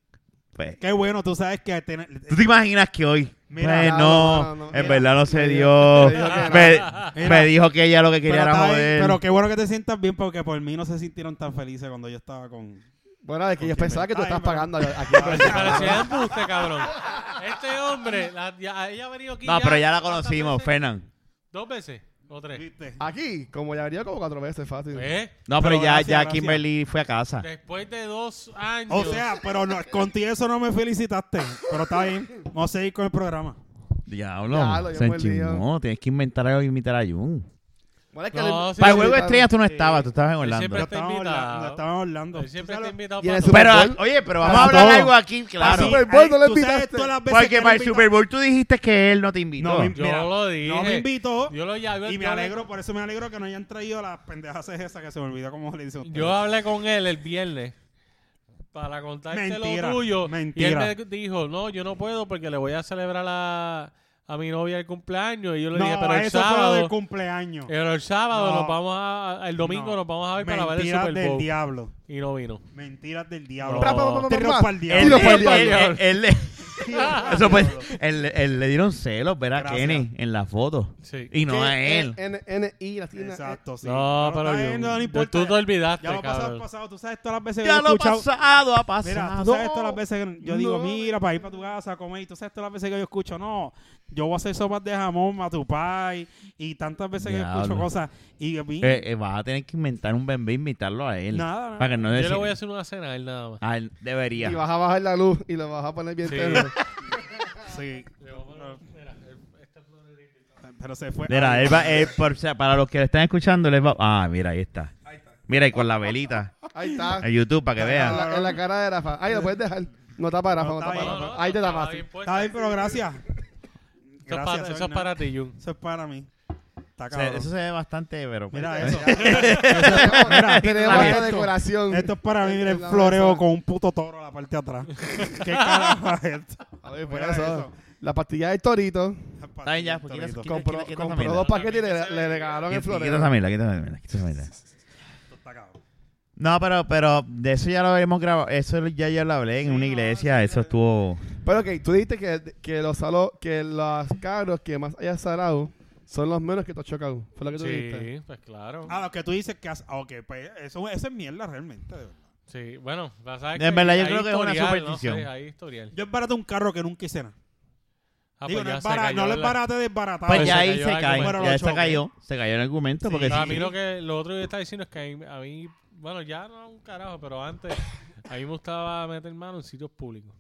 [SPEAKER 1] Pues,
[SPEAKER 4] Qué bueno, tú sabes que... tener-
[SPEAKER 1] ¿Tú te imaginas que hoy?
[SPEAKER 4] Mira,
[SPEAKER 1] Pues,
[SPEAKER 2] no,
[SPEAKER 1] no,
[SPEAKER 2] no, no,
[SPEAKER 1] en
[SPEAKER 2] mira,
[SPEAKER 1] verdad no se
[SPEAKER 2] me
[SPEAKER 1] dio.
[SPEAKER 2] dijo- me dijo que no.
[SPEAKER 1] Me,
[SPEAKER 4] Mira,
[SPEAKER 1] me dijo que ella lo que quería
[SPEAKER 4] pero,
[SPEAKER 1] era
[SPEAKER 4] está bien,
[SPEAKER 1] joder.
[SPEAKER 4] pero qué bueno que te sientas bien porque por mí no se sintieron tan felices cuando yo estaba con...
[SPEAKER 2] Bueno, es que yo
[SPEAKER 4] Porque
[SPEAKER 2] pensaba que tú
[SPEAKER 4] me-
[SPEAKER 2] estabas
[SPEAKER 4] Ay, me-
[SPEAKER 2] pagando aquí.
[SPEAKER 3] Parecía embuste, cabrón. Este hombre, la- ya- ella ha venido aquí.
[SPEAKER 1] No, pero ya la
[SPEAKER 3] ¿cuántas
[SPEAKER 1] conocimos,
[SPEAKER 3] veces?
[SPEAKER 1] Fernan.
[SPEAKER 3] ¿Dos veces? ¿O tres?
[SPEAKER 4] ¿Viste?
[SPEAKER 2] Aquí, como ya venía como cuatro veces, fácil.
[SPEAKER 3] ¿Eh?
[SPEAKER 1] No, pero,
[SPEAKER 4] Pero
[SPEAKER 1] ya,
[SPEAKER 4] gracias,
[SPEAKER 1] ya
[SPEAKER 4] gracias.
[SPEAKER 1] Kimberly fue a casa.
[SPEAKER 3] Después de dos años.
[SPEAKER 4] O sea, pero no, contigo eso no me felicitaste. Pero está bien. Vamos a seguir con el programa.
[SPEAKER 1] Diablo,
[SPEAKER 2] Diablo, yo
[SPEAKER 1] se
[SPEAKER 2] me olvidé.
[SPEAKER 1] enchismó. Tienes que inventar algo y imitar a Jun.
[SPEAKER 2] Bueno, es que
[SPEAKER 3] No,
[SPEAKER 2] le-
[SPEAKER 3] sí,
[SPEAKER 1] Para
[SPEAKER 3] sí,
[SPEAKER 1] el juego de estrellas tú no
[SPEAKER 3] sí.
[SPEAKER 1] estabas, tú estabas en
[SPEAKER 3] Yo
[SPEAKER 1] Orlando.
[SPEAKER 3] siempre-
[SPEAKER 4] No
[SPEAKER 3] está
[SPEAKER 4] estábamos
[SPEAKER 3] invitado.
[SPEAKER 4] hablando. no estábamos hablando.
[SPEAKER 3] Él siempre
[SPEAKER 4] Tú
[SPEAKER 3] te
[SPEAKER 4] sabes-
[SPEAKER 3] he invitado
[SPEAKER 2] Y en
[SPEAKER 3] para
[SPEAKER 2] el
[SPEAKER 3] todo.
[SPEAKER 1] Pero,
[SPEAKER 2] Super Bowl.
[SPEAKER 1] oye, pero vamos a
[SPEAKER 4] Para
[SPEAKER 1] hablar
[SPEAKER 4] todo.
[SPEAKER 1] algo aquí, claro.
[SPEAKER 4] Así,
[SPEAKER 2] Super Bowl
[SPEAKER 4] ahí,
[SPEAKER 2] no lo
[SPEAKER 4] tú sabes
[SPEAKER 2] invitaste.
[SPEAKER 4] todas las veces
[SPEAKER 1] Porque
[SPEAKER 4] que
[SPEAKER 1] para
[SPEAKER 4] me
[SPEAKER 1] el
[SPEAKER 4] invita-
[SPEAKER 1] Super Bowl tú dijiste que él no te invitó.
[SPEAKER 4] No me
[SPEAKER 3] Yo
[SPEAKER 4] Mira,
[SPEAKER 3] lo dije.
[SPEAKER 4] No me invitó.
[SPEAKER 3] Yo lo ya-
[SPEAKER 4] Y me
[SPEAKER 3] yo le-
[SPEAKER 4] alegro, por eso me alegro que no hayan traído las pendejas esas que se me olvidó cómo le dicen ustedes.
[SPEAKER 3] Yo hablé con él el viernes para contarte
[SPEAKER 4] Mentira,
[SPEAKER 3] lo tuyo.
[SPEAKER 4] mentira.
[SPEAKER 3] Y él me dijo, no, yo no puedo porque le voy a celebrar a, a mi novia el cumpleaños. Y yo le
[SPEAKER 4] no,
[SPEAKER 3] dije, pero el
[SPEAKER 4] eso fue lo
[SPEAKER 3] sábado,
[SPEAKER 4] del cumpleaños.
[SPEAKER 3] pero el sábado
[SPEAKER 4] No.
[SPEAKER 3] nos vamos a, el domingo
[SPEAKER 4] No.
[SPEAKER 3] nos vamos a ver para ver el
[SPEAKER 4] Mentiras
[SPEAKER 3] Super
[SPEAKER 4] del
[SPEAKER 3] Bowl.
[SPEAKER 4] diablo.
[SPEAKER 3] Y no vino.
[SPEAKER 4] Mentiras del diablo.
[SPEAKER 3] Pra, pra,
[SPEAKER 2] pra, pra,
[SPEAKER 4] Tiros
[SPEAKER 2] pra.
[SPEAKER 4] pa'l
[SPEAKER 1] Él,
[SPEAKER 2] Tiro
[SPEAKER 4] diablo.
[SPEAKER 2] pa'l
[SPEAKER 1] él-
[SPEAKER 2] diablo.
[SPEAKER 1] él- él le-
[SPEAKER 4] Tiros pa'l
[SPEAKER 1] eso fue-
[SPEAKER 4] diablo.
[SPEAKER 1] él- él le dieron celos ver a
[SPEAKER 4] Gracias.
[SPEAKER 1] Kenny en la foto.
[SPEAKER 3] Sí.
[SPEAKER 1] Y no
[SPEAKER 2] que
[SPEAKER 1] a él.
[SPEAKER 2] N, N, I, latina. eh.
[SPEAKER 4] Exacto, sí.
[SPEAKER 3] No, pero
[SPEAKER 4] está
[SPEAKER 3] yo-
[SPEAKER 4] bien, no, no
[SPEAKER 3] yo-
[SPEAKER 4] importa.
[SPEAKER 3] tú te olvidaste,
[SPEAKER 4] Ya lo pasado,
[SPEAKER 3] cabrón.
[SPEAKER 4] pasado. Tú sabes todas las veces que
[SPEAKER 1] Ya
[SPEAKER 4] yo he
[SPEAKER 1] lo
[SPEAKER 4] escuchado.
[SPEAKER 1] pasado ha
[SPEAKER 4] Mira,
[SPEAKER 1] pasado.
[SPEAKER 4] tú sabes todas las veces que yo digo,
[SPEAKER 2] No.
[SPEAKER 4] mira, para ir para tu casa a comer, y tú sabes todas las veces que yo escucho, no, yo voy a hacer sopas de jamón, matupay, y tantas veces que
[SPEAKER 1] Diablo.
[SPEAKER 4] escucho cosas, y a mí,
[SPEAKER 1] Eh, eh, vas a tener que inventar un bebé e invitarlo a él.
[SPEAKER 4] Nada, nada.
[SPEAKER 1] Para que no
[SPEAKER 3] Yo
[SPEAKER 1] decir-
[SPEAKER 3] le voy a hacer una cena a él nada más.
[SPEAKER 1] Ah, él debería.
[SPEAKER 2] Y vas a bajar la luz y lo vas a poner bien
[SPEAKER 3] Sí.
[SPEAKER 2] tenue.
[SPEAKER 4] sí,
[SPEAKER 3] Pero-
[SPEAKER 4] pero se fue.
[SPEAKER 1] Mira,
[SPEAKER 3] eh.
[SPEAKER 1] él va- él, por- o sea, para los que lo están escuchando, les va. Ah, mira, ahí está. Mira, y con la velita.
[SPEAKER 2] Ahí está.
[SPEAKER 1] En YouTube, para que
[SPEAKER 2] En
[SPEAKER 1] vean.
[SPEAKER 2] la, en la cara de Rafa. Ahí lo puedes dejar. No tapa Rafa, no,
[SPEAKER 4] No, está
[SPEAKER 2] tapa
[SPEAKER 4] bien.
[SPEAKER 2] Rafa.
[SPEAKER 4] No,
[SPEAKER 2] Ahí te
[SPEAKER 3] estaba
[SPEAKER 2] tapaste.
[SPEAKER 3] bien puesta.
[SPEAKER 4] Está bien, pero gracias.
[SPEAKER 3] Eso es
[SPEAKER 4] Gracias,
[SPEAKER 3] para- Eso es
[SPEAKER 4] Sonia.
[SPEAKER 3] para ti, Jun.
[SPEAKER 4] Eso es para mí. Está
[SPEAKER 1] Se-
[SPEAKER 4] cabrón.
[SPEAKER 1] eso se ve bastante, pero. pues,
[SPEAKER 4] Mira eso.
[SPEAKER 2] Tenemos-
[SPEAKER 4] Mira,
[SPEAKER 2] tenemos
[SPEAKER 1] mira
[SPEAKER 2] esta
[SPEAKER 4] esto.
[SPEAKER 2] decoración.
[SPEAKER 4] Esto es para mí, mira, el
[SPEAKER 2] La
[SPEAKER 4] floreo
[SPEAKER 2] mesa.
[SPEAKER 4] con un puto toro a la parte de atrás. ¿Qué carajo es esto?
[SPEAKER 2] A ver, por
[SPEAKER 4] Mira
[SPEAKER 2] eso.
[SPEAKER 4] eso.
[SPEAKER 2] La pastilla de torito.
[SPEAKER 1] Está bien, ya, pues, quita-
[SPEAKER 4] Esto
[SPEAKER 1] quita-
[SPEAKER 2] Compró,
[SPEAKER 1] quita esa
[SPEAKER 2] compró
[SPEAKER 1] mierda.
[SPEAKER 2] dos paquetes y le, le regalaron el
[SPEAKER 1] Quita
[SPEAKER 2] floreo.
[SPEAKER 1] quita esa mierda, quita esa mierda, quita esa mierda.
[SPEAKER 4] está cabrón.
[SPEAKER 1] No, pero, pero de eso ya lo habíamos grabado. Eso ya yo lo hablé en una iglesia. Eso estuvo.
[SPEAKER 2] Pero ok, tú dijiste que, que los salo- que los carros que más hayas salado son los menos que te has chocado. Fue lo que tú dijiste.
[SPEAKER 3] Sí, pues claro.
[SPEAKER 4] Ah, lo que tú dices que has... ah, Ok, pues eso, eso es mierda realmente, de verdad.
[SPEAKER 3] Sí, bueno, la sabes
[SPEAKER 1] En verdad, yo
[SPEAKER 3] hay
[SPEAKER 1] creo que es una
[SPEAKER 3] historial,
[SPEAKER 1] superstición.
[SPEAKER 3] No sé, hay historial.
[SPEAKER 4] Yo barato un carro que nunca hice nada.
[SPEAKER 3] Ah,
[SPEAKER 4] Digo,
[SPEAKER 3] pues
[SPEAKER 4] no,
[SPEAKER 3] ya
[SPEAKER 4] es
[SPEAKER 3] se
[SPEAKER 4] barato,
[SPEAKER 3] cayó
[SPEAKER 4] no lo es
[SPEAKER 3] la-
[SPEAKER 4] barato de barato.
[SPEAKER 1] Pues
[SPEAKER 3] se
[SPEAKER 1] ya ahí se
[SPEAKER 3] cayó el
[SPEAKER 1] cae.
[SPEAKER 4] argumento.
[SPEAKER 1] Ya se
[SPEAKER 4] Bueno,
[SPEAKER 1] cayó. Se cayó el argumento.
[SPEAKER 4] Sí.
[SPEAKER 1] Porque
[SPEAKER 3] Pero a
[SPEAKER 1] sí.
[SPEAKER 3] mí lo que lo otro que está diciendo es que a mí, a mí- bueno, ya no un carajo, pero antes a mí me gustaba meter mano en sitios públicos.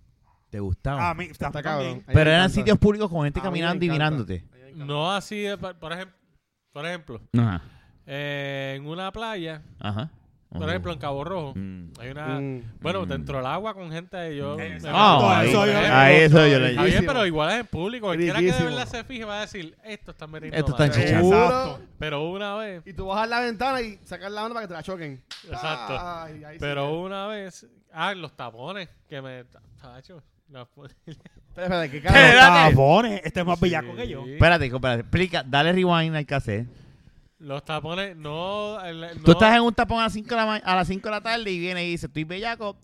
[SPEAKER 1] Te gustaba.
[SPEAKER 4] A mí, está
[SPEAKER 2] Está cabrón.
[SPEAKER 4] cabrón.
[SPEAKER 2] A mí me
[SPEAKER 1] Pero eran
[SPEAKER 2] encanta.
[SPEAKER 1] sitios públicos con gente
[SPEAKER 2] A mí me
[SPEAKER 1] caminando y
[SPEAKER 2] encanta.
[SPEAKER 1] mirándote.
[SPEAKER 3] No así de, pa- por ejemplo, por ejemplo,
[SPEAKER 1] Ajá.
[SPEAKER 3] eh, en una playa,
[SPEAKER 1] Ajá.
[SPEAKER 3] por ejemplo en Cabo Rojo,
[SPEAKER 1] Mm.
[SPEAKER 3] hay una
[SPEAKER 2] Mm.
[SPEAKER 3] bueno, dentro del agua con gente yo me-
[SPEAKER 4] Exacto.
[SPEAKER 1] Ah,
[SPEAKER 3] me-
[SPEAKER 1] ahí,
[SPEAKER 4] Eso
[SPEAKER 3] por
[SPEAKER 4] yo-
[SPEAKER 3] ejemplo.
[SPEAKER 1] ahí eso yo le
[SPEAKER 3] Está
[SPEAKER 2] Ahí-
[SPEAKER 3] bien, pero igual es en público. Cualquiera que de
[SPEAKER 2] Riquísimo.
[SPEAKER 3] verdad se fije va a decir, esto está metiendo
[SPEAKER 1] Esto está
[SPEAKER 3] mano".
[SPEAKER 1] enchichado.
[SPEAKER 4] Exacto.
[SPEAKER 3] Pero una vez,
[SPEAKER 2] Y tú bajas la ventana y sacas la mano para que te la choquen.
[SPEAKER 3] Exacto.
[SPEAKER 2] Ay, ahí sí
[SPEAKER 3] pero
[SPEAKER 2] que-
[SPEAKER 3] una vez, ah, en los tapones que me tacho. los-
[SPEAKER 2] Espera, espera, ¿qué
[SPEAKER 1] Pero-
[SPEAKER 2] cara?
[SPEAKER 1] Espérate.
[SPEAKER 4] Cabones, este es más
[SPEAKER 2] Pues
[SPEAKER 4] bellaco que yo.
[SPEAKER 3] Sí.
[SPEAKER 1] Espérate, espérate. Explica, dale rewind al cassette.
[SPEAKER 3] Los tapones, no, el-
[SPEAKER 1] Tú
[SPEAKER 3] no,
[SPEAKER 1] estás en un tapón a las 5 de, la ma- a las cinco de la tarde y viene y dice, estoy bellaco,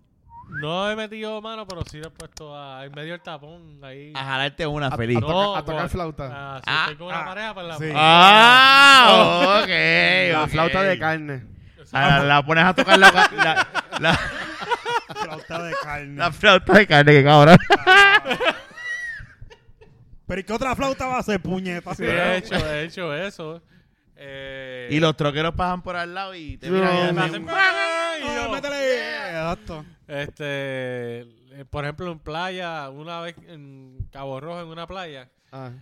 [SPEAKER 3] no he metido mano, pero sí lo he puesto a, en medio del tapón ahí.
[SPEAKER 1] a jalarte una
[SPEAKER 2] A-
[SPEAKER 1] feliz.
[SPEAKER 2] a tocar-
[SPEAKER 3] No,
[SPEAKER 2] a tocar
[SPEAKER 3] con-
[SPEAKER 2] flauta.
[SPEAKER 3] Ah, sí,
[SPEAKER 1] Ah,
[SPEAKER 3] estoy con una
[SPEAKER 4] ah,
[SPEAKER 3] pareja para la
[SPEAKER 4] sí.
[SPEAKER 1] Ah, ok.
[SPEAKER 2] La
[SPEAKER 1] ok.
[SPEAKER 2] flauta de carne.
[SPEAKER 1] Ah, la pones a tocar la, la, la,
[SPEAKER 4] Flauta de carne.
[SPEAKER 1] la flauta de carne, que cabrón.
[SPEAKER 4] Pero ¿y qué otra flauta va a ser, puñeta?
[SPEAKER 3] Sí, he hecho, he hecho eso. Eh,
[SPEAKER 1] Y los troqueros pasan por al lado y te
[SPEAKER 2] No,
[SPEAKER 1] miran.
[SPEAKER 3] me
[SPEAKER 1] y
[SPEAKER 3] hacen-
[SPEAKER 1] hacen-
[SPEAKER 3] y yo-
[SPEAKER 4] Ah, métele. Exacto.
[SPEAKER 3] Este, eh, por ejemplo, en playa, una vez en Cabo Rojo, en una playa,
[SPEAKER 2] Ah.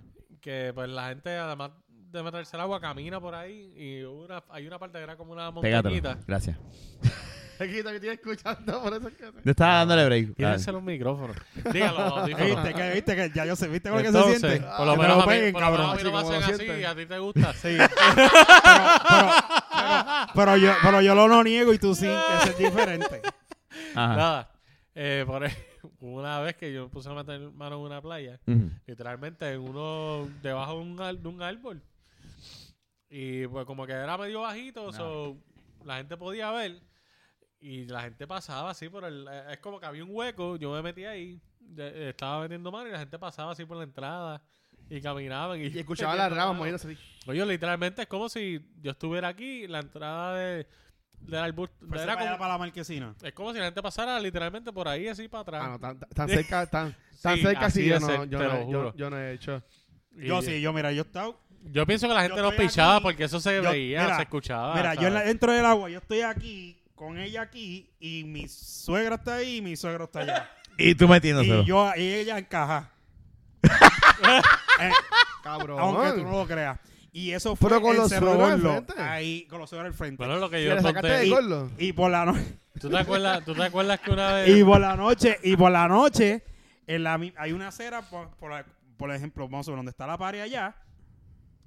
[SPEAKER 3] que pues la gente, además de meterse el agua, camina por ahí y una, hay una parte que era como una
[SPEAKER 1] Pégatelo.
[SPEAKER 3] montañita.
[SPEAKER 1] Gracias.
[SPEAKER 2] Aquí también estoy escuchando, por eso es que...
[SPEAKER 1] Yo estaba dándole break. Ah.
[SPEAKER 3] Tírense un micrófono. Dígalo, audífono.
[SPEAKER 4] ¿Viste que, viste que ya yo sé, ¿viste con lo que se
[SPEAKER 3] Entonces, ah,
[SPEAKER 4] siente?
[SPEAKER 3] Por lo
[SPEAKER 4] Que me
[SPEAKER 3] menos a mí,
[SPEAKER 4] peguen,
[SPEAKER 3] por lo menos a mí no
[SPEAKER 2] cabrón,
[SPEAKER 3] me
[SPEAKER 2] así como
[SPEAKER 3] hacen
[SPEAKER 2] lo
[SPEAKER 3] así
[SPEAKER 2] sienten.
[SPEAKER 3] y a ti te gusta.
[SPEAKER 4] Sí. Pero, pero- pero- pero yo, pero yo lo no niego y tú sí, que eso es diferente.
[SPEAKER 1] Ajá.
[SPEAKER 3] Nada. Eh, por ej- una vez que yo puse a meter mano en una playa,
[SPEAKER 1] Ujú.
[SPEAKER 3] literalmente en uno debajo de un, ar- de un árbol. Y pues como que era medio bajito, so, la gente podía ver. Y la gente pasaba así por el... eh, Es como que había un hueco, yo me metí ahí, de- estaba metiendo mano y la gente pasaba así por la entrada. Y caminaban y,
[SPEAKER 2] Y escuchaba las ramas
[SPEAKER 3] metiendo mano.
[SPEAKER 2] moviéndose. así.
[SPEAKER 3] Oye, literalmente es como si yo estuviera aquí, la entrada de, del arbusto.
[SPEAKER 4] Fuese
[SPEAKER 3] era
[SPEAKER 4] para allá
[SPEAKER 3] como-
[SPEAKER 4] para la marquesina.
[SPEAKER 3] es como si la gente pasara literalmente por ahí, así para atrás.
[SPEAKER 2] Ah, no, tan, tan- tan cerca, tan, tan
[SPEAKER 3] Sí,
[SPEAKER 2] cerca
[SPEAKER 3] así
[SPEAKER 2] sí, yo
[SPEAKER 3] de
[SPEAKER 2] no,
[SPEAKER 3] cer-
[SPEAKER 2] yo,
[SPEAKER 3] te
[SPEAKER 2] no,
[SPEAKER 3] lo
[SPEAKER 2] yo-
[SPEAKER 3] juro.
[SPEAKER 2] yo no he hecho.
[SPEAKER 3] Y-
[SPEAKER 4] Yo sí, yo mira, yo estaba...
[SPEAKER 3] Yo pienso que la gente
[SPEAKER 4] Yo
[SPEAKER 3] nos
[SPEAKER 4] estoy
[SPEAKER 3] pichaba
[SPEAKER 4] aquí.
[SPEAKER 3] porque eso se
[SPEAKER 4] Yo-
[SPEAKER 3] veía,
[SPEAKER 4] mira,
[SPEAKER 3] se escuchaba.
[SPEAKER 4] Mira, yo en la-
[SPEAKER 3] ¿sabes?
[SPEAKER 4] dentro del agua, yo estoy aquí, con ella aquí, y mi suegra está ahí y mi suegro está allá.
[SPEAKER 1] Y tú metiéndoselo.
[SPEAKER 4] y yo y ella en caja. Eh,
[SPEAKER 2] Cabrón.
[SPEAKER 4] aunque tú no lo creas. Y eso fue
[SPEAKER 2] Pero con
[SPEAKER 4] en
[SPEAKER 2] los
[SPEAKER 4] Cerro
[SPEAKER 2] suegros al
[SPEAKER 4] Gordo,
[SPEAKER 2] frente.
[SPEAKER 4] Ahí, con los suegros al frente.
[SPEAKER 3] Bueno, lo que
[SPEAKER 2] ¿Y
[SPEAKER 3] yo
[SPEAKER 2] le sacaste
[SPEAKER 3] conté.
[SPEAKER 2] de
[SPEAKER 3] Y-
[SPEAKER 2] gordo?
[SPEAKER 4] Y por la noche...
[SPEAKER 3] ¿tú, te acuerdas, ¿Tú te acuerdas que una vez.
[SPEAKER 4] y por la noche, y por la noche, en la mi- hay una acera, por, por la- por ejemplo, vamos a ver, donde está la pared allá,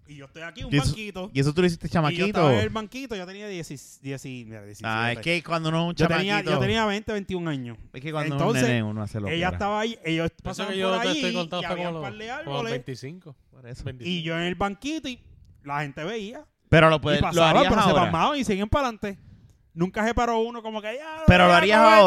[SPEAKER 4] y yo estoy aquí, un
[SPEAKER 1] Y eso-
[SPEAKER 4] banquito.
[SPEAKER 1] ¿Y eso tú lo hiciste
[SPEAKER 4] y yo
[SPEAKER 1] chamaquito?
[SPEAKER 4] estaba en el banquito, yo tenía 10, 10, mira, 17.
[SPEAKER 1] Ah, es que cuando uno es un
[SPEAKER 4] yo
[SPEAKER 1] chamaquito...
[SPEAKER 4] tenía, yo tenía 20, 21 años.
[SPEAKER 1] Es que cuando uno es
[SPEAKER 4] Entonces,
[SPEAKER 1] un nene uno hace lo que
[SPEAKER 4] Ella
[SPEAKER 1] quiera.
[SPEAKER 4] estaba ahí, ellos
[SPEAKER 3] Eso
[SPEAKER 4] pasaban
[SPEAKER 3] que yo
[SPEAKER 4] por
[SPEAKER 3] te
[SPEAKER 4] ahí,
[SPEAKER 3] estoy contando
[SPEAKER 4] y
[SPEAKER 3] fue
[SPEAKER 4] había
[SPEAKER 3] como
[SPEAKER 4] un
[SPEAKER 3] los-
[SPEAKER 4] par de
[SPEAKER 3] como los
[SPEAKER 4] árboles,
[SPEAKER 3] 25.
[SPEAKER 1] Por eso.
[SPEAKER 3] 25.
[SPEAKER 4] y yo en el banquito, y la gente veía.
[SPEAKER 1] Pero Pues, lo, puedes,
[SPEAKER 4] y pasaban,
[SPEAKER 1] lo harías
[SPEAKER 4] pero se
[SPEAKER 1] ahora.
[SPEAKER 4] pasmaban y seguían para adelante. Nunca se paró uno como que... "Ya,
[SPEAKER 1] Pero lo
[SPEAKER 4] ya,
[SPEAKER 1] harías
[SPEAKER 4] cógete".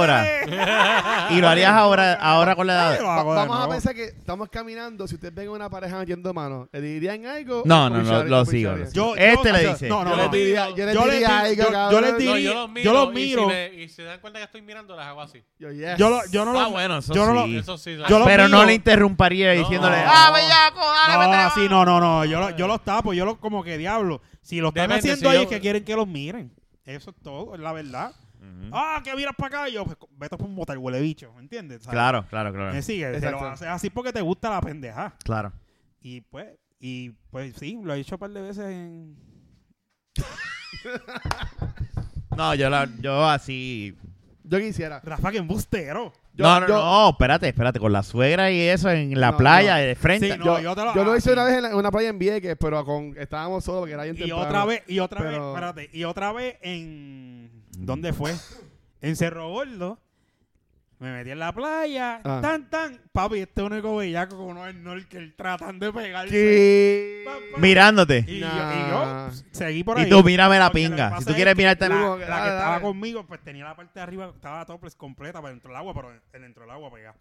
[SPEAKER 1] ahora. Y lo harías ahora, ahora con la edad.
[SPEAKER 4] Yo lo hago de
[SPEAKER 2] Vamos a
[SPEAKER 4] nuevo.
[SPEAKER 2] pensar que estamos caminando. Si ustedes ven una pareja metiendo mano, ¿le dirían algo?
[SPEAKER 1] No,
[SPEAKER 2] ¿O
[SPEAKER 1] no, no,
[SPEAKER 2] picharían?
[SPEAKER 1] lo
[SPEAKER 2] ¿O
[SPEAKER 1] sigo.
[SPEAKER 2] picharían?
[SPEAKER 1] lo sigo.
[SPEAKER 4] Yo-
[SPEAKER 1] este
[SPEAKER 4] yo-
[SPEAKER 1] le
[SPEAKER 4] yo-
[SPEAKER 1] dice.
[SPEAKER 4] no, no,
[SPEAKER 2] Yo les
[SPEAKER 4] no.
[SPEAKER 2] diría, yo les
[SPEAKER 4] Yo les
[SPEAKER 2] diría
[SPEAKER 4] di-
[SPEAKER 2] algo,
[SPEAKER 4] yo- yo les
[SPEAKER 2] cabrón.
[SPEAKER 4] di-
[SPEAKER 3] No,
[SPEAKER 4] y-
[SPEAKER 3] yo los miro.
[SPEAKER 4] yo los
[SPEAKER 3] Y
[SPEAKER 4] miro.
[SPEAKER 3] si, le- y si dan cuenta que estoy mirando, las hago así.
[SPEAKER 2] Yo, yes.
[SPEAKER 4] Yo, lo- yo no lo...
[SPEAKER 1] Ah, bueno, eso
[SPEAKER 4] yo no lo-
[SPEAKER 1] sí.
[SPEAKER 3] Eso sí.
[SPEAKER 4] Yo lo-
[SPEAKER 1] Pero no
[SPEAKER 4] mío.
[SPEAKER 1] le interrumpiría diciéndole...
[SPEAKER 3] No.
[SPEAKER 1] ¡Ah, bellaco, dale,
[SPEAKER 4] No,
[SPEAKER 1] vete abajo!
[SPEAKER 4] así, no, no, no. Yo, lo- yo los tapo, yo los como que diablo. Si lo están
[SPEAKER 3] Depende,
[SPEAKER 4] haciendo
[SPEAKER 3] si yo-
[SPEAKER 4] ahí es que quieren que los miren. Eso es todo, es la verdad.
[SPEAKER 1] Ujú.
[SPEAKER 4] Ah, que miras para acá. Y Yo, pues, vete por un botar huele bicho, ¿me entiendes? ¿Sabes?
[SPEAKER 1] Claro, claro, claro.
[SPEAKER 4] Me sigue. Te
[SPEAKER 2] Exacto.
[SPEAKER 4] lo haces así porque te gusta la pendeja.
[SPEAKER 1] Claro.
[SPEAKER 4] Y pues, y pues sí, lo he hecho un par de veces en.
[SPEAKER 1] No, yo, la, yo así...
[SPEAKER 2] Yo quisiera.
[SPEAKER 4] Rafa, que embustero.
[SPEAKER 2] Yo-
[SPEAKER 1] no, no,
[SPEAKER 2] yo-
[SPEAKER 1] no, Oh, espérate, espérate. Con la suegra y eso en la
[SPEAKER 2] No,
[SPEAKER 1] playa,
[SPEAKER 2] no.
[SPEAKER 1] de frente.
[SPEAKER 4] Sí, no,
[SPEAKER 2] yo,
[SPEAKER 4] yo te lo-
[SPEAKER 2] yo lo hice
[SPEAKER 4] ah,
[SPEAKER 2] una
[SPEAKER 4] sí.
[SPEAKER 2] vez en, la- en una playa en Vieques, pero con, estábamos solos porque era bien
[SPEAKER 4] Y
[SPEAKER 2] temprano.
[SPEAKER 4] otra vez, y otra
[SPEAKER 2] Pero-
[SPEAKER 4] vez, espérate, y otra vez en. ¿Dónde fue? En Cerro Gordo. Me metí en la playa.
[SPEAKER 2] Ah.
[SPEAKER 4] Tan, tan. Papi, este único bellaco con unos snorkel tratan de pegarse.
[SPEAKER 2] ¿Qué?
[SPEAKER 4] Pa, pa.
[SPEAKER 1] Mirándote.
[SPEAKER 4] Y,
[SPEAKER 2] Nah.
[SPEAKER 4] yo, y yo seguí por ahí.
[SPEAKER 1] Y tú mírame la
[SPEAKER 4] Porque lo que
[SPEAKER 1] pinga.
[SPEAKER 4] pasa
[SPEAKER 1] Si tú
[SPEAKER 4] es
[SPEAKER 1] quieres
[SPEAKER 4] que
[SPEAKER 1] mirarte...
[SPEAKER 4] la,
[SPEAKER 1] la-
[SPEAKER 4] la que
[SPEAKER 2] Dale, dale.
[SPEAKER 4] estaba conmigo, pues tenía la parte de arriba, estaba topless completa para dentro del agua, pero en- dentro del agua pegada.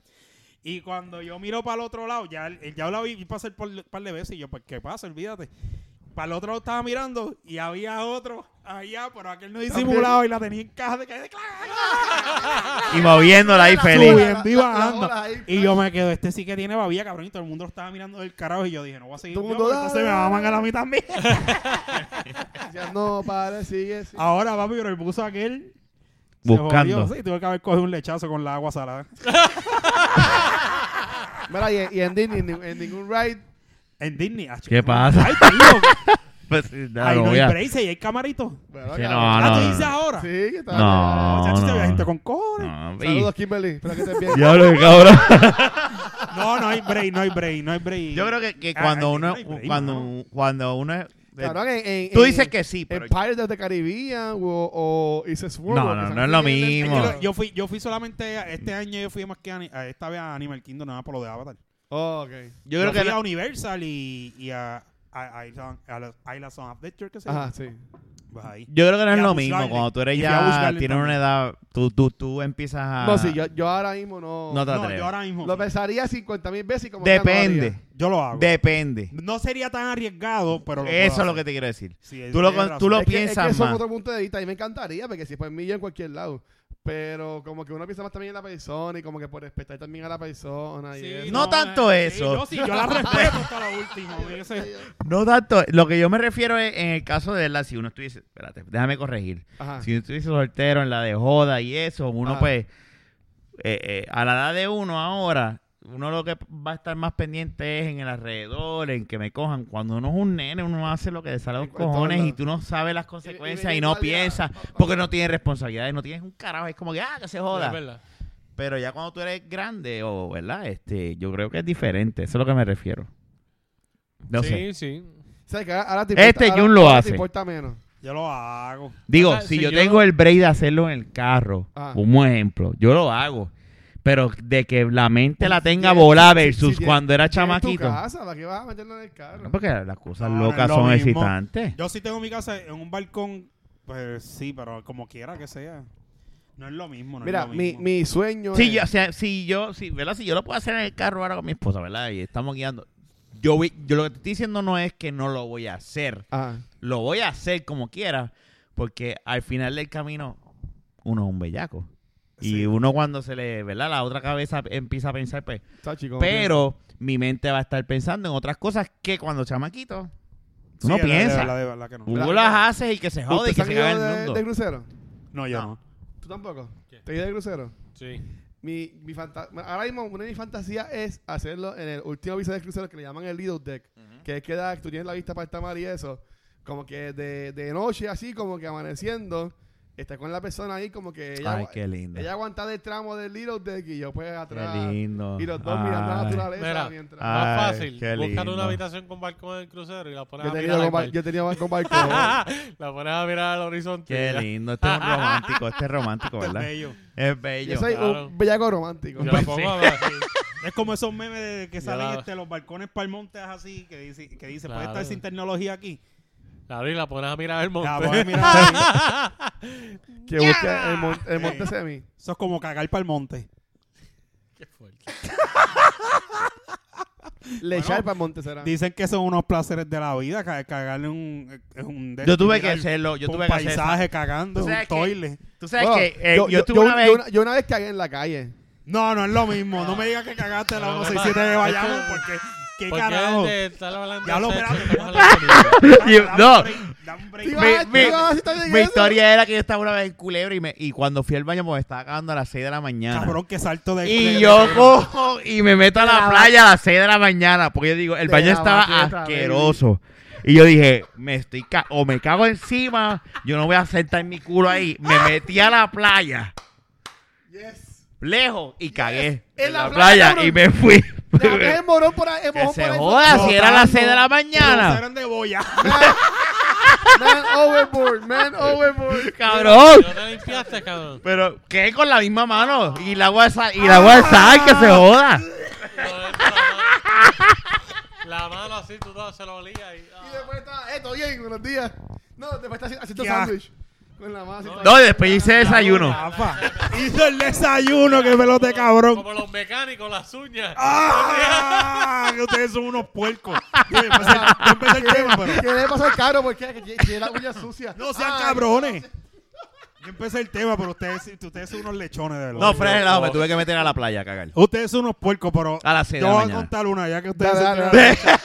[SPEAKER 4] Y cuando yo miro para el otro lado, ya, el- ya lo vi pasar por un par de veces y yo, pues, ¿qué pasa? Olvídate. Para el otro lado estaba mirando y había otro allá, pero aquel no disimulado y la tenía en caja de caja.
[SPEAKER 1] Y moviéndola ahí feliz.
[SPEAKER 4] Subiendo y
[SPEAKER 2] La- la- la-
[SPEAKER 4] bajando.
[SPEAKER 2] la- ahí.
[SPEAKER 1] pues.
[SPEAKER 4] Y yo me quedo, este sí que tiene babía, cabrón, y todo el mundo lo estaba mirando del carajo y yo dije, no voy a seguir.
[SPEAKER 2] Todo el
[SPEAKER 4] yo,
[SPEAKER 2] mundo,
[SPEAKER 4] porque entonces me va a mangar a mí también.
[SPEAKER 2] Decía, No, padre, sigue, sigue.
[SPEAKER 4] Ahora, papi, pero el buzo aquel. se
[SPEAKER 1] Buscando.
[SPEAKER 4] jodió. Sí, tuve que haber cogido un lechazo con la agua salada.
[SPEAKER 2] Mira, y, y en Disney, ni- en ningún ride,
[SPEAKER 4] En Disney. ah,
[SPEAKER 1] ¿Qué
[SPEAKER 4] chico.
[SPEAKER 1] pasa?
[SPEAKER 4] Ay, tío.
[SPEAKER 1] Pues, sí, no,
[SPEAKER 4] Ay,
[SPEAKER 1] no
[SPEAKER 4] no,
[SPEAKER 1] voy
[SPEAKER 4] hay
[SPEAKER 1] a-
[SPEAKER 4] brace y hay camarito.
[SPEAKER 2] bueno,
[SPEAKER 1] Sí, no,
[SPEAKER 2] cabrón.
[SPEAKER 4] ah,
[SPEAKER 1] no,
[SPEAKER 4] tú
[SPEAKER 1] no.
[SPEAKER 4] dices ahora.
[SPEAKER 2] Sí, que está.
[SPEAKER 1] No.
[SPEAKER 4] Muchachos,
[SPEAKER 1] no.
[SPEAKER 4] había gente con cojones.
[SPEAKER 1] No, y-
[SPEAKER 2] Saludos, Kimberly. Espero que estés bien.
[SPEAKER 1] Diablo, qué cabrón.
[SPEAKER 4] No, no hay break, no hay break, no hay break.
[SPEAKER 1] Yo creo que, que
[SPEAKER 4] Ah,
[SPEAKER 1] cuando
[SPEAKER 4] ay,
[SPEAKER 1] uno,
[SPEAKER 4] ay, ay,
[SPEAKER 1] cuando,
[SPEAKER 4] mano.
[SPEAKER 1] cuando uno es... eh,
[SPEAKER 2] Cabrón, en- en-
[SPEAKER 1] Tú
[SPEAKER 4] eh,
[SPEAKER 2] en-
[SPEAKER 1] dices que sí, pero...
[SPEAKER 2] en Pirates of the Caribbean o, o It's a Swirl,
[SPEAKER 1] No,
[SPEAKER 2] o que
[SPEAKER 1] no,
[SPEAKER 2] se
[SPEAKER 1] no es lo
[SPEAKER 2] consiguen en-
[SPEAKER 4] Es
[SPEAKER 1] mismo.
[SPEAKER 4] que lo- yo, fui, yo fui solamente a- este año, yo fui más que a, ni- a esta vez a Animal Kingdom, nada más por lo de Avatar.
[SPEAKER 2] Oh, ok.
[SPEAKER 1] Yo creo
[SPEAKER 4] fui
[SPEAKER 1] que...
[SPEAKER 4] a Universal y, y a, a, a Island- a los Islands of Adventure, que se
[SPEAKER 2] Ajá,
[SPEAKER 4] llama.
[SPEAKER 2] sí.
[SPEAKER 4] Pues ahí.
[SPEAKER 1] Yo creo que no es
[SPEAKER 4] Y a
[SPEAKER 1] lo
[SPEAKER 4] Busch
[SPEAKER 1] mismo.
[SPEAKER 4] Garden.
[SPEAKER 1] Cuando tú eres
[SPEAKER 4] Y fui a Busch
[SPEAKER 1] ya,
[SPEAKER 4] Garden
[SPEAKER 1] tienes una
[SPEAKER 4] también.
[SPEAKER 1] edad, tú, tú, tú empiezas a...
[SPEAKER 2] No, sí, yo, yo ahora mismo no.
[SPEAKER 1] Ah. No te
[SPEAKER 4] No,
[SPEAKER 1] atreves.
[SPEAKER 4] yo ahora mismo.
[SPEAKER 2] Lo pensaría 50 mil veces y como quiera no
[SPEAKER 1] Depende,
[SPEAKER 2] haría.
[SPEAKER 4] Yo lo hago.
[SPEAKER 1] depende.
[SPEAKER 4] Ah, No sería tan arriesgado, pero lo
[SPEAKER 1] Eso es lo que te quiero decir. Tú
[SPEAKER 4] tú
[SPEAKER 1] lo
[SPEAKER 4] lo
[SPEAKER 1] con- tú lo-
[SPEAKER 2] es que, es
[SPEAKER 1] piensas
[SPEAKER 2] que eso es
[SPEAKER 1] más.
[SPEAKER 2] otro punto de vista. Y me encantaría, porque si pues mí yo en cualquier lado. Pero como que uno piensa más también en la persona y como que por respetar también a la persona. y eso.
[SPEAKER 1] no tanto eso.
[SPEAKER 4] yo sí, yo la respeto hasta lo último. ese-
[SPEAKER 1] No tanto. Lo que yo me refiero es, en el caso de la, si uno estuviese... Espérate, déjame corregir.
[SPEAKER 2] Ajá.
[SPEAKER 1] Si uno estuviese soltero en la de joda y eso, uno
[SPEAKER 2] Ajá.
[SPEAKER 1] pues... eh, eh, a la edad de uno ahora, uno lo que va a estar más pendiente es en el alrededor, en que me cojan. Cuando uno es un nene, uno hace lo que le sale a los
[SPEAKER 2] En cualquier
[SPEAKER 1] cojones
[SPEAKER 2] lado.
[SPEAKER 1] y tú no sabes las consecuencias y,
[SPEAKER 2] venir
[SPEAKER 1] no
[SPEAKER 2] para allá,
[SPEAKER 1] piensas
[SPEAKER 2] pa- pa-
[SPEAKER 1] porque no tienes responsabilidades, no tienes un carajo. Es como que, ah, que se
[SPEAKER 3] Es
[SPEAKER 1] joda.
[SPEAKER 3] verdad.
[SPEAKER 1] Pero ya cuando tú eres grande, o, ¿verdad? Este, yo creo que es diferente. Eso es a lo que me refiero. No
[SPEAKER 3] sí,
[SPEAKER 1] sé.
[SPEAKER 3] sí.
[SPEAKER 2] ¿Sabes qué? Ahora- ahora te
[SPEAKER 1] Este
[SPEAKER 2] importa-
[SPEAKER 1] Jun
[SPEAKER 2] ahora-
[SPEAKER 1] lo
[SPEAKER 2] ahora
[SPEAKER 1] hace.
[SPEAKER 2] Te importa menos.
[SPEAKER 4] Yo lo hago.
[SPEAKER 1] Digo,
[SPEAKER 3] Ajá,
[SPEAKER 1] si
[SPEAKER 3] si
[SPEAKER 1] yo
[SPEAKER 3] yo
[SPEAKER 1] tengo
[SPEAKER 3] no-
[SPEAKER 1] el break de hacerlo en el carro,
[SPEAKER 2] Ajá.
[SPEAKER 1] como ejemplo, yo lo hago. Pero de que la mente la tenga
[SPEAKER 2] tienes-
[SPEAKER 1] volada
[SPEAKER 2] si- si
[SPEAKER 1] versus
[SPEAKER 2] tienes-
[SPEAKER 1] cuando era
[SPEAKER 2] Tienes tu
[SPEAKER 1] chamaquito.
[SPEAKER 2] casa, ¿para qué vas a meterlo en el carro?
[SPEAKER 1] No, porque las cosas
[SPEAKER 4] No, no es
[SPEAKER 1] locas
[SPEAKER 4] lo
[SPEAKER 1] son
[SPEAKER 4] mismo.
[SPEAKER 1] excitantes.
[SPEAKER 4] Yo sí tengo mi casa en un balcón, pues sí, pero como quiera que sea. No es lo mismo, no
[SPEAKER 2] Mira,
[SPEAKER 4] es lo
[SPEAKER 2] mi,
[SPEAKER 4] mismo.
[SPEAKER 2] mi sueño
[SPEAKER 1] Sí,
[SPEAKER 2] es-
[SPEAKER 1] yo, o sea, si yo, si, ¿verdad? Si yo lo puedo hacer en el carro ahora con mi esposa, ¿verdad? Y estamos guiando. Yo, voy- yo lo que te estoy diciendo no es que no lo voy a hacer.
[SPEAKER 2] Ajá.
[SPEAKER 1] Lo voy a hacer como quiera. Porque al final del camino, uno es un bellaco. Y
[SPEAKER 4] Sí.
[SPEAKER 1] uno cuando se le, ¿verdad? La otra cabeza empieza a pensar, pues.
[SPEAKER 2] Está chico.
[SPEAKER 1] Pero mi mente va a estar pensando en otras cosas que cuando chamaquito, tú
[SPEAKER 4] Sí,
[SPEAKER 1] no
[SPEAKER 4] es la- es
[SPEAKER 1] piensas.
[SPEAKER 4] la- de verdad que no.
[SPEAKER 1] Tú
[SPEAKER 2] Mira,
[SPEAKER 1] las
[SPEAKER 2] mira.
[SPEAKER 1] haces y que se jode y
[SPEAKER 2] ¿Ustedes
[SPEAKER 1] que
[SPEAKER 2] han
[SPEAKER 1] se
[SPEAKER 2] ido
[SPEAKER 1] caga el
[SPEAKER 2] de,
[SPEAKER 1] mundo.
[SPEAKER 2] de crucero?
[SPEAKER 4] No, yo
[SPEAKER 1] No.
[SPEAKER 4] no.
[SPEAKER 2] ¿Tú tampoco?
[SPEAKER 3] ¿Qué?
[SPEAKER 2] ¿Te ido de crucero?
[SPEAKER 3] Sí.
[SPEAKER 2] Mi, mi fanta- ahora mismo una de mis fantasías es hacerlo en el último viaje de crucero que le llaman el Little Deck, que es que da- tú tienes la vista para el mar y eso, como que de, de noche así, como que amaneciendo, estás con la persona ahí como que ella,
[SPEAKER 1] Ay,
[SPEAKER 2] agu-
[SPEAKER 1] qué lindo.
[SPEAKER 2] ella aguanta el tramo del Little Deck y yo pues atrás
[SPEAKER 1] Qué lindo.
[SPEAKER 2] y los dos mirando la
[SPEAKER 1] Ay.
[SPEAKER 2] naturaleza
[SPEAKER 3] Mira.
[SPEAKER 2] mientras...
[SPEAKER 1] Ah,
[SPEAKER 3] Más
[SPEAKER 1] Ay,
[SPEAKER 3] fácil.
[SPEAKER 1] qué
[SPEAKER 3] Buscar
[SPEAKER 1] lindo.
[SPEAKER 3] una habitación con balcón en el crucero y la pones
[SPEAKER 2] yo,
[SPEAKER 3] a
[SPEAKER 2] tenía
[SPEAKER 3] mirar. al mar.
[SPEAKER 2] yo tenía con barco.
[SPEAKER 3] la pones a mirar al horizonte.
[SPEAKER 1] Qué
[SPEAKER 3] ya.
[SPEAKER 1] lindo. Este es un romántico. Este es romántico,
[SPEAKER 4] Es
[SPEAKER 1] ¿verdad?
[SPEAKER 4] bello.
[SPEAKER 1] Es
[SPEAKER 2] yo
[SPEAKER 1] bello.
[SPEAKER 2] soy
[SPEAKER 3] claro.
[SPEAKER 2] un bellaco romántico.
[SPEAKER 3] Yo la pongo a ver.
[SPEAKER 4] Es como esos memes de que
[SPEAKER 3] Ya
[SPEAKER 4] salen
[SPEAKER 3] la-
[SPEAKER 4] este, los balcones para el monte así, que dice, que dice
[SPEAKER 3] Claro.
[SPEAKER 4] puede estar sin tecnología aquí. Ah, pues,
[SPEAKER 3] Claro, y la pones a mirar el monte.
[SPEAKER 1] pues.
[SPEAKER 4] Ya, voy a mirar ahí.
[SPEAKER 2] Que busca el, mon- el monte semi.
[SPEAKER 4] Eso es como cagar para el monte.
[SPEAKER 3] Qué fuerte.
[SPEAKER 2] Le echar para el monte será.
[SPEAKER 4] Dicen que son unos placeres de la vida, ca- cagarle un... es un
[SPEAKER 1] Yo tuve que
[SPEAKER 4] mirar
[SPEAKER 1] hacerlo. Yo
[SPEAKER 4] un
[SPEAKER 1] tuve que hacer
[SPEAKER 4] paisaje cagando,
[SPEAKER 1] ¿Tú
[SPEAKER 4] un
[SPEAKER 1] sabes qué?
[SPEAKER 4] toile.
[SPEAKER 1] Tú sabes
[SPEAKER 2] Bueno,
[SPEAKER 1] que eh, yo, tuve
[SPEAKER 2] yo-
[SPEAKER 1] una vez.
[SPEAKER 2] yo yo una vez cagué en la calle.
[SPEAKER 4] No, no es lo mismo. No me digas que cagaste la
[SPEAKER 3] No,
[SPEAKER 4] 167
[SPEAKER 3] papá,
[SPEAKER 4] de Bayamón
[SPEAKER 3] esto-
[SPEAKER 4] porque... ¿Qué
[SPEAKER 3] ¿Por
[SPEAKER 4] carajo?
[SPEAKER 3] qué de estar hablando
[SPEAKER 4] Ya
[SPEAKER 3] de
[SPEAKER 4] lo
[SPEAKER 3] sexo,
[SPEAKER 4] espérate.
[SPEAKER 3] estamos hablando de
[SPEAKER 1] Yo-
[SPEAKER 4] Dame
[SPEAKER 1] no.
[SPEAKER 4] un break, dame un break.
[SPEAKER 2] Sí,
[SPEAKER 1] Mi,
[SPEAKER 2] Ah,
[SPEAKER 1] mi-
[SPEAKER 2] tú vas a estar en
[SPEAKER 1] mi
[SPEAKER 2] eso.
[SPEAKER 1] historia era que yo estaba una vez en culebra y, me, y cuando fui al baño, pues me estaba cagando a las 6 de la mañana.
[SPEAKER 4] Cabrón, que salto de... de-
[SPEAKER 1] Y
[SPEAKER 4] de-
[SPEAKER 1] yo
[SPEAKER 4] de-
[SPEAKER 1] cojo y me meto a la playa a las 6 de la mañana. Porque yo digo, el
[SPEAKER 2] De
[SPEAKER 1] baño
[SPEAKER 2] la
[SPEAKER 1] estaba
[SPEAKER 2] banqueta,
[SPEAKER 1] asqueroso. Y yo dije, me estoy ca- o me cago encima, yo no voy a sentar mi culo ahí. Me metí a la playa,
[SPEAKER 2] Yes.
[SPEAKER 1] lejos, y cagué.
[SPEAKER 2] En
[SPEAKER 1] En
[SPEAKER 2] la
[SPEAKER 1] la
[SPEAKER 2] playa,
[SPEAKER 1] playa,
[SPEAKER 2] cabrón.
[SPEAKER 1] y me fui.
[SPEAKER 2] Es morón por ahí. el
[SPEAKER 1] que
[SPEAKER 2] mojón por
[SPEAKER 1] se
[SPEAKER 2] ahí.
[SPEAKER 1] joda, si era a las
[SPEAKER 4] Flotando.
[SPEAKER 1] 6 de la
[SPEAKER 4] Pero
[SPEAKER 1] mañana.
[SPEAKER 4] eran de boya.
[SPEAKER 2] Man overboard, man overboard.
[SPEAKER 1] Cabrón.
[SPEAKER 3] No te limpiaste, cabrón.
[SPEAKER 1] Pero quedé con la misma mano. Y la agua de sal, y la agua de sal, que se joda.
[SPEAKER 3] Lo de la mano- La mano así, tú todo se lo olías y...
[SPEAKER 2] Y
[SPEAKER 3] ah.
[SPEAKER 2] después está, esto bien, buenos días. No, después está haci- haciendo
[SPEAKER 4] Ya.
[SPEAKER 2] sándwich. Con la mano así.
[SPEAKER 1] No, y después hice desayuno.
[SPEAKER 4] Rafa, hizo el desayuno, que pelote cabrón.
[SPEAKER 3] Como los mecánicos, las uñas.
[SPEAKER 4] ¡Ah! Que ustedes son unos puercos. Yo empecé, yo empecé el tema, pero.
[SPEAKER 2] ¿Qué le pasó al cabro? Porque que tiene la uña sucia. Ah,
[SPEAKER 4] No sean
[SPEAKER 1] Ah.
[SPEAKER 2] Ay,
[SPEAKER 4] cabrones. Yo empecé el tema, pero ustedes, ustedes son unos lechones, de verdad.
[SPEAKER 1] No, fuera de lado, me tuve que meter a la playa a cagar.
[SPEAKER 4] Ustedes son unos puercos, pero.
[SPEAKER 1] A las seis de
[SPEAKER 4] yo
[SPEAKER 1] la
[SPEAKER 4] voy a
[SPEAKER 1] mañana.
[SPEAKER 4] contar una, ya que ustedes.
[SPEAKER 2] Dale,
[SPEAKER 4] se
[SPEAKER 2] dale,
[SPEAKER 4] enteraron.